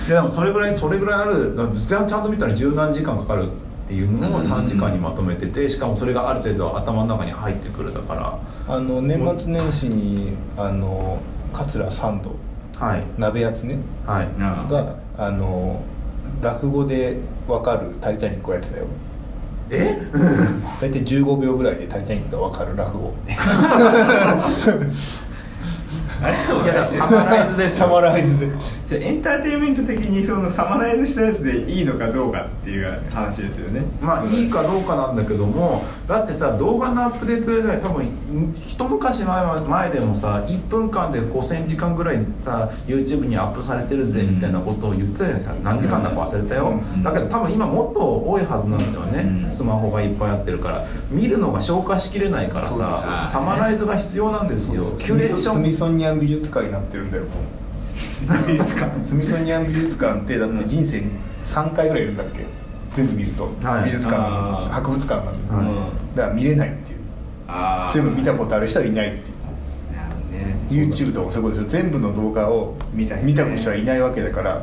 A: いやでもそれぐらいそれぐらいあるだからちゃんちゃんと見たら十何時間かかるっていうのを3時間にまとめててしかもそれがある程度頭の中に入ってくるだか
F: あの年末年始にあの桂三度
A: らはい
F: 鍋やつね
A: はい
D: あ
F: があの落語でわかる「タイタニック」をやってたよ
A: え
F: 大体15秒ぐらいで「タイタニック」がわかる落語
A: いやだサマ ライズです
F: サ
A: よ
F: マライズで
D: じゃあエンターテインメント的にそのサマライズしたやつでいいのかどうかっていう話ですよね
A: まあいいかどうかなんだけどもだってさ動画のアップデート以外多分一昔前は前でもさ1分間で5000時間ぐらいさ YouTube にアップされてるぜみたいなことを言ってたじゃないですか何時間だか忘れたよだけど多分今もっと多いはずなんですよねスマホがいっぱいあってるから見るのが消化しきれないからさサマライズが必要なんですよキュレーシ
F: スミ
A: ョ
F: ソニアン美術館になってるんだよもうスミソニアン美術館ってだって人生3回ぐらいいるんだっけ全部見ると、
A: はい
F: 美術館なのに
D: あー
F: 博物館なのに、
A: はい
F: だから見れないっていう
D: あ
F: 全部見たことある人はいないっていう
D: 部なるほどね
F: YouTube とかそういうことでしょ全部の動画を見た見た人はいないわけだから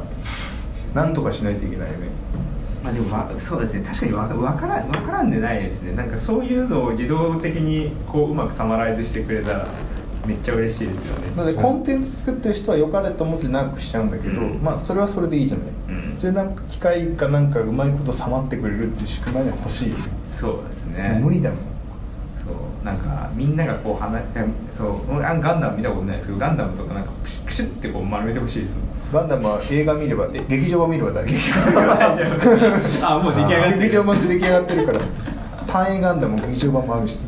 F: なんとかしないといけないよね
D: まあでもまあそうですね確かにわかわからんわからんでないですねなんかそういうのを自動的にこううまくサマライズしてくれたらめっちゃ嬉しいですよね
F: なのでコンテンツ作ってる人は良かれと思って長くしちゃうんだけど、
D: うん
F: まあそれはそれでいいじゃない、
D: うん
F: それなんか機械かなんかうまいことさまってくれるっていう仕組みは欲しいよね、
D: そうですね
F: もう無理だもん
D: そうなんかみんながこう話そう俺あガンダム見たことないですけどガンダムとかなんかプシュップシュッってこう丸めてほしいですもん
F: ガンダムは映画見ればえ劇場版見れば大丈 夫
D: あもう出来上がって
F: 劇
D: る
F: 場版って出来上がってるから単位ガンダム劇場版もあ るし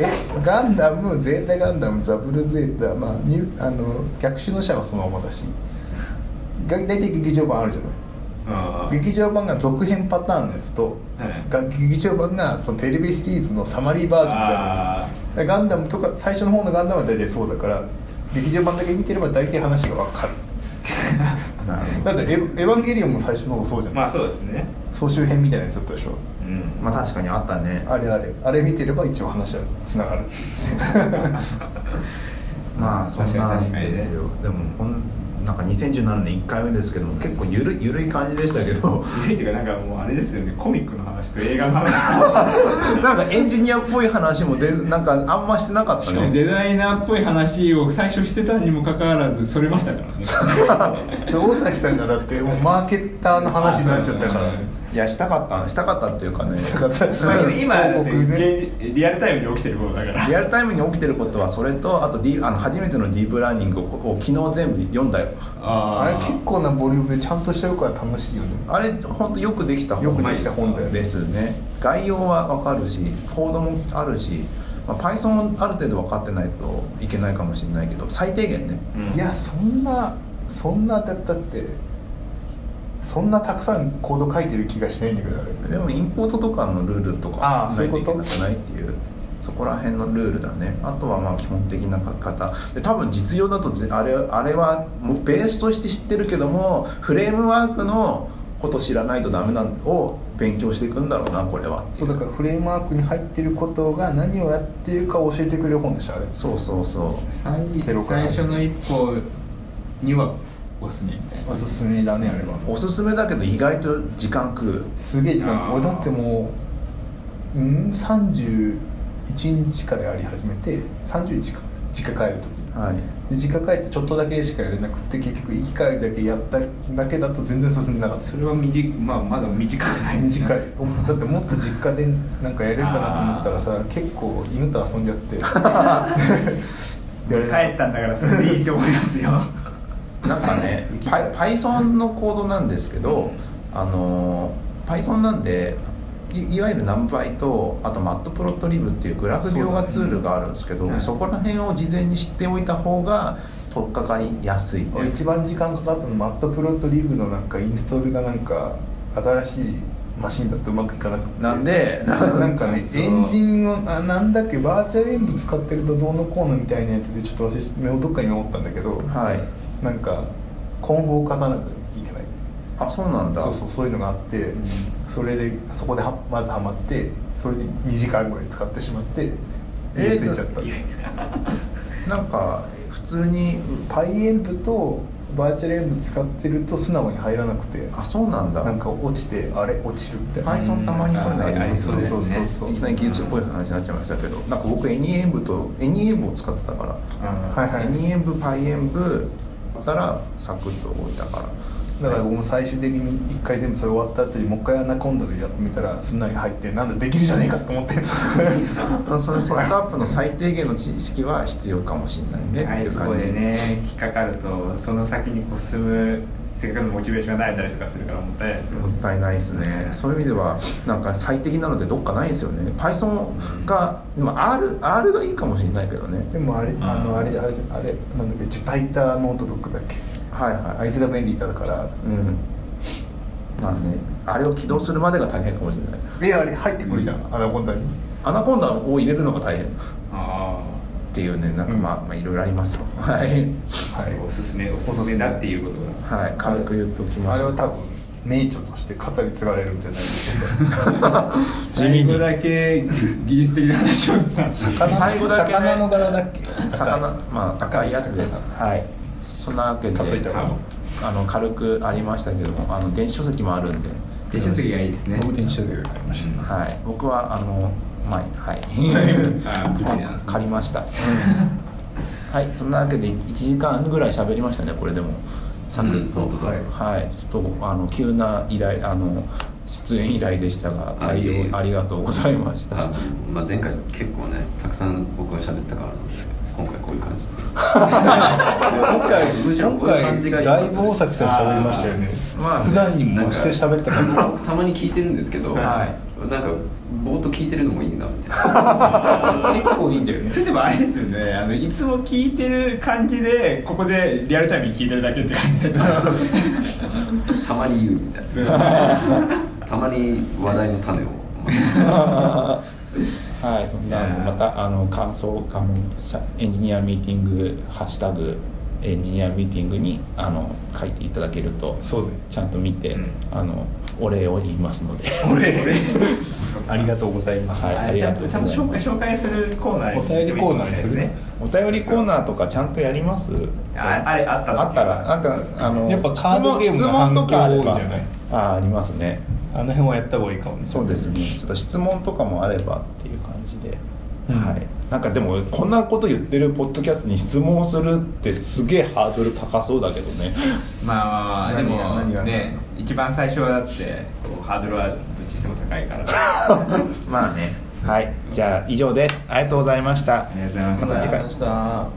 F: えガンダムゼータガンダムザブルゼータまあニュあの逆襲の者はそのままだしが大体劇場版あるじゃな
D: あ
F: い劇場版が続編パターンのやつと、
D: はい
F: が劇場版がそのテレビシリーズのサマリーバージョンってや
D: あ
F: つガンダムとか最初の方のガンダムは大体そうだから劇場版だけ見てれば大体話が分かる
A: ンなるほど
F: だってエヴァ「エヴァンゲリオン」も最初の方そうじゃ
D: ー
F: ない、
D: まあそうですね
F: 総集編みたいなやつだったでしょ
D: うん
A: まあ確かにあったね
F: あれあれあれ見てれば一応話はつながる
A: まあそんなん
D: 確かに確かにね
A: ですよ、でもこんなんか2017年1回目ですけども結構ゆる ゆるい感じでしたけ ど
D: っていうかなんかもうあれですよねコミックの話と映画の話と
A: なんかエンジニアっぽい話もでなんかあんましてなかった
D: しかも
A: ね
D: デザイナーっぽい話を最初してたにもかかわらずそれましたからね
F: ちょ大崎さんがだってもうマーケッターの話になっちゃったからね
A: いやしたかったしたかったっていうかね
F: したかった
D: まあ今だ
F: 広
D: って
F: 告ね
D: 現リアルタイムに起きてることだから
A: リアルタイムに起きてることはそれとあと、D、あの初めてのディープラーニングをここ昨日全部読んだよ
D: あ
F: あれ結構なボリュームでちゃんとしてるから楽しいよね
A: あれ本当よくできた本
F: よくできた本だよね
A: ですね概要はわかるしコードもあるし、まあ、Python ある程度分かってないといけないかもしれないけど最低限ね
D: うん
F: いやそんなそんなだったってそんなたくさんコード書いてる気がしないんだけどあれ
A: でもインポートとかのルールと
F: あ
A: か
F: ーそういうこと
A: ないといけなくないっていうそこら辺のルールだねあとはまあ基本的な書き方で多分実用だとぜあれあれはもうベースとして知ってるけどもフレームワークのこと知らないとダメなのを勉強していくんだろうなこれはってい
F: そうだからフレームワークに入ってることが何をやってるかを教えてくれる本でしょあれ
A: そうそうそ
D: 最
F: ゼロから
D: 最初の一歩にはおすすめみたいな
F: おすすめだねあれは
A: うおすすめだけど意外と時間食う
F: すげえ時間かかる
D: あー
F: 俺だってもう、うん、31日からやり始めて31か実家帰る時に
A: はい
F: で実家帰ってちょっとだけしかやれなくて結局行き帰りだけやっただけだと全然進んでなかった
D: それは短いまあまだ短くないですね
F: 短いだってもっと実家でなんかやれるかなと思ったらさ結構犬と遊んじゃって やれなか
D: 帰ったんだからそれでいいと思いますよ
A: なんかねパイ Python のコードなんですけどあのー Python なんでいいわゆるナンバイとあとマットプロットリブっていうグラフ描画ツールがあるんですけどそ,、
D: そう
A: こ
D: だね
A: ら辺を事前に知っておいた方が取っかかりやすい
F: 俺一番時間かかったのマットプロとリブのなんかインストールがなんか新しいマシンだとうまくいかなくて
A: なんで
F: なんかね
D: そう
F: エンジンをあなんだっけバーチャルエンブ使ってるとどうのこうのみたいなやつでちょっと忘れちゃったどっかに思ったんだけど
A: はい
F: なんかコンフを書かなきゃいけない
A: あそうなんだ
F: そうそうそういうのがあって、それでそこではまずハマってそれで2時間ぐらい使ってしまって
A: えー
F: 家ついちゃった、
A: なんか普通に
F: パイエンブとバーチャルエンブ使ってると素直に入らなくて
A: あそうなんだ
F: なんか落ちてあれ落ちるみたいな、
A: パイソンたまにそういうの
D: ありそうですね
A: そうそうそういきなり技術っぽい話になっちゃいましたけどなんか僕エニエンブとエニエンブを使ってたから
F: はいはい
A: エニエンブパイエンブからサクッと動いたから
F: だから僕も最終的に一回全部それ終わった後にもう一回アナコンダでやってみたらすんなり入ってなんだできるじゃねえかと思って
A: あそのセットアップの最低限の知識は必要かもしれないね
D: あ
A: ってい
D: いうそこ
A: 感じ
D: でね引っかかるとその先にこう進むせっかくのモチベーションが慣れたりとかするからもったいないですよ
A: もったいないですねそういう意味ではなんか最適なのでどっかないですよね Python が、まあ、R, R がいいかもしれないけどね
F: でもあれあのあれあれあれなんだっけジパイターノートブックだっけ
A: はいはい
F: あいつが便利だから
A: うんまあねあれを起動するまでが大変かもしれない
F: えあれ入ってくるじゃん、アナコンダに
A: アナコンダを入れるのが大変っ
D: あ
A: ていうねなんかまあ、まあいろいろありますよはい、
F: は
D: あ
F: い
D: おすすめおすすめだっていうことが
A: はい、軽く言っときま
F: あ
A: す
F: れは多分名著として語り継がれるんじゃないでしょ
D: 最後だけ技術的な話をしたんです
F: うか
A: 最後だけね
F: 魚の柄だっけ
A: 魚まあ赤いやつですはいそんなわけで
F: 買っといた方が
A: あの軽くありましたけどもあの電子書籍もあるんで
D: 電子書籍がいいですね
K: 僕電車で買いました
A: はい僕はあのまあ はい
D: あー
A: 本借りました、はいそんなわけで1時間ぐらい喋りましたねこれでもサクッと、
C: うん本当だ
A: はいちょっとあの急な依頼あの出演依頼でしたが
C: あいえい
A: 対
C: え
A: 応ありがとうございました
C: あまあ、前回結構ねたくさん僕は喋ったからなんで今回こういう感じで今むしろ
K: 今
C: こういう感
K: 回
C: じが良
K: だ
C: か
K: い
C: っ
K: ぶ大
C: たで
K: 崎さん喋りましたよね
A: まあね
K: 普段にもして喋った感じ
C: す僕たまに聞いてるんですけど、
A: はい
C: なんかぼーっと聞いてるのもいいなみたい な結構いいんだよね
D: それでもあれですよねあのいつも聞いてる感じでここでリアルタイムに聞いてるだけって感じで
C: たまに言うみたいなたまに話題の種を
L: はい、そんなあのまたあの感想あのさエンジニアミーティング「ハッシュタグエンジニアミーティングに」あの書いていただけると
K: そうね
L: ちゃんと見て、
D: うん
L: あのお礼を言いますので、
K: ありがとうございます
L: はい、あり
D: ち
L: が
D: ゃん
L: とう
D: と
L: ご
D: ち
L: ざ
D: ゃ
L: い
D: んと
L: ます
D: 紹介紹介するコーナー
K: お便りコーナーにする
D: ね
L: お便りコーナーとかちゃんとやります
D: ああれあった時
L: あったらなんかあの
K: やっぱカードゲーム
L: 質
K: の
L: 問
K: 反
L: と
K: 響
L: かあれ
K: 多いじゃ
L: ば
K: ない
L: あありますね
K: あの辺はやった方がいいかもね
L: そうですねちょっと質問とかもあればっていう感じで、
K: うん
L: はいなんかでもこんなこと言ってるポッドキャストに質問するってすげえハードル高そうだけどね
D: まあでも
F: 何が何が
D: ね一番最初はだってこうハードルはどっちにしても高いからあ
L: まあねはいじゃあ以上ですありがとうございました
D: りがとうございま
L: ま
D: し
L: た
D: た
L: 次回
F: した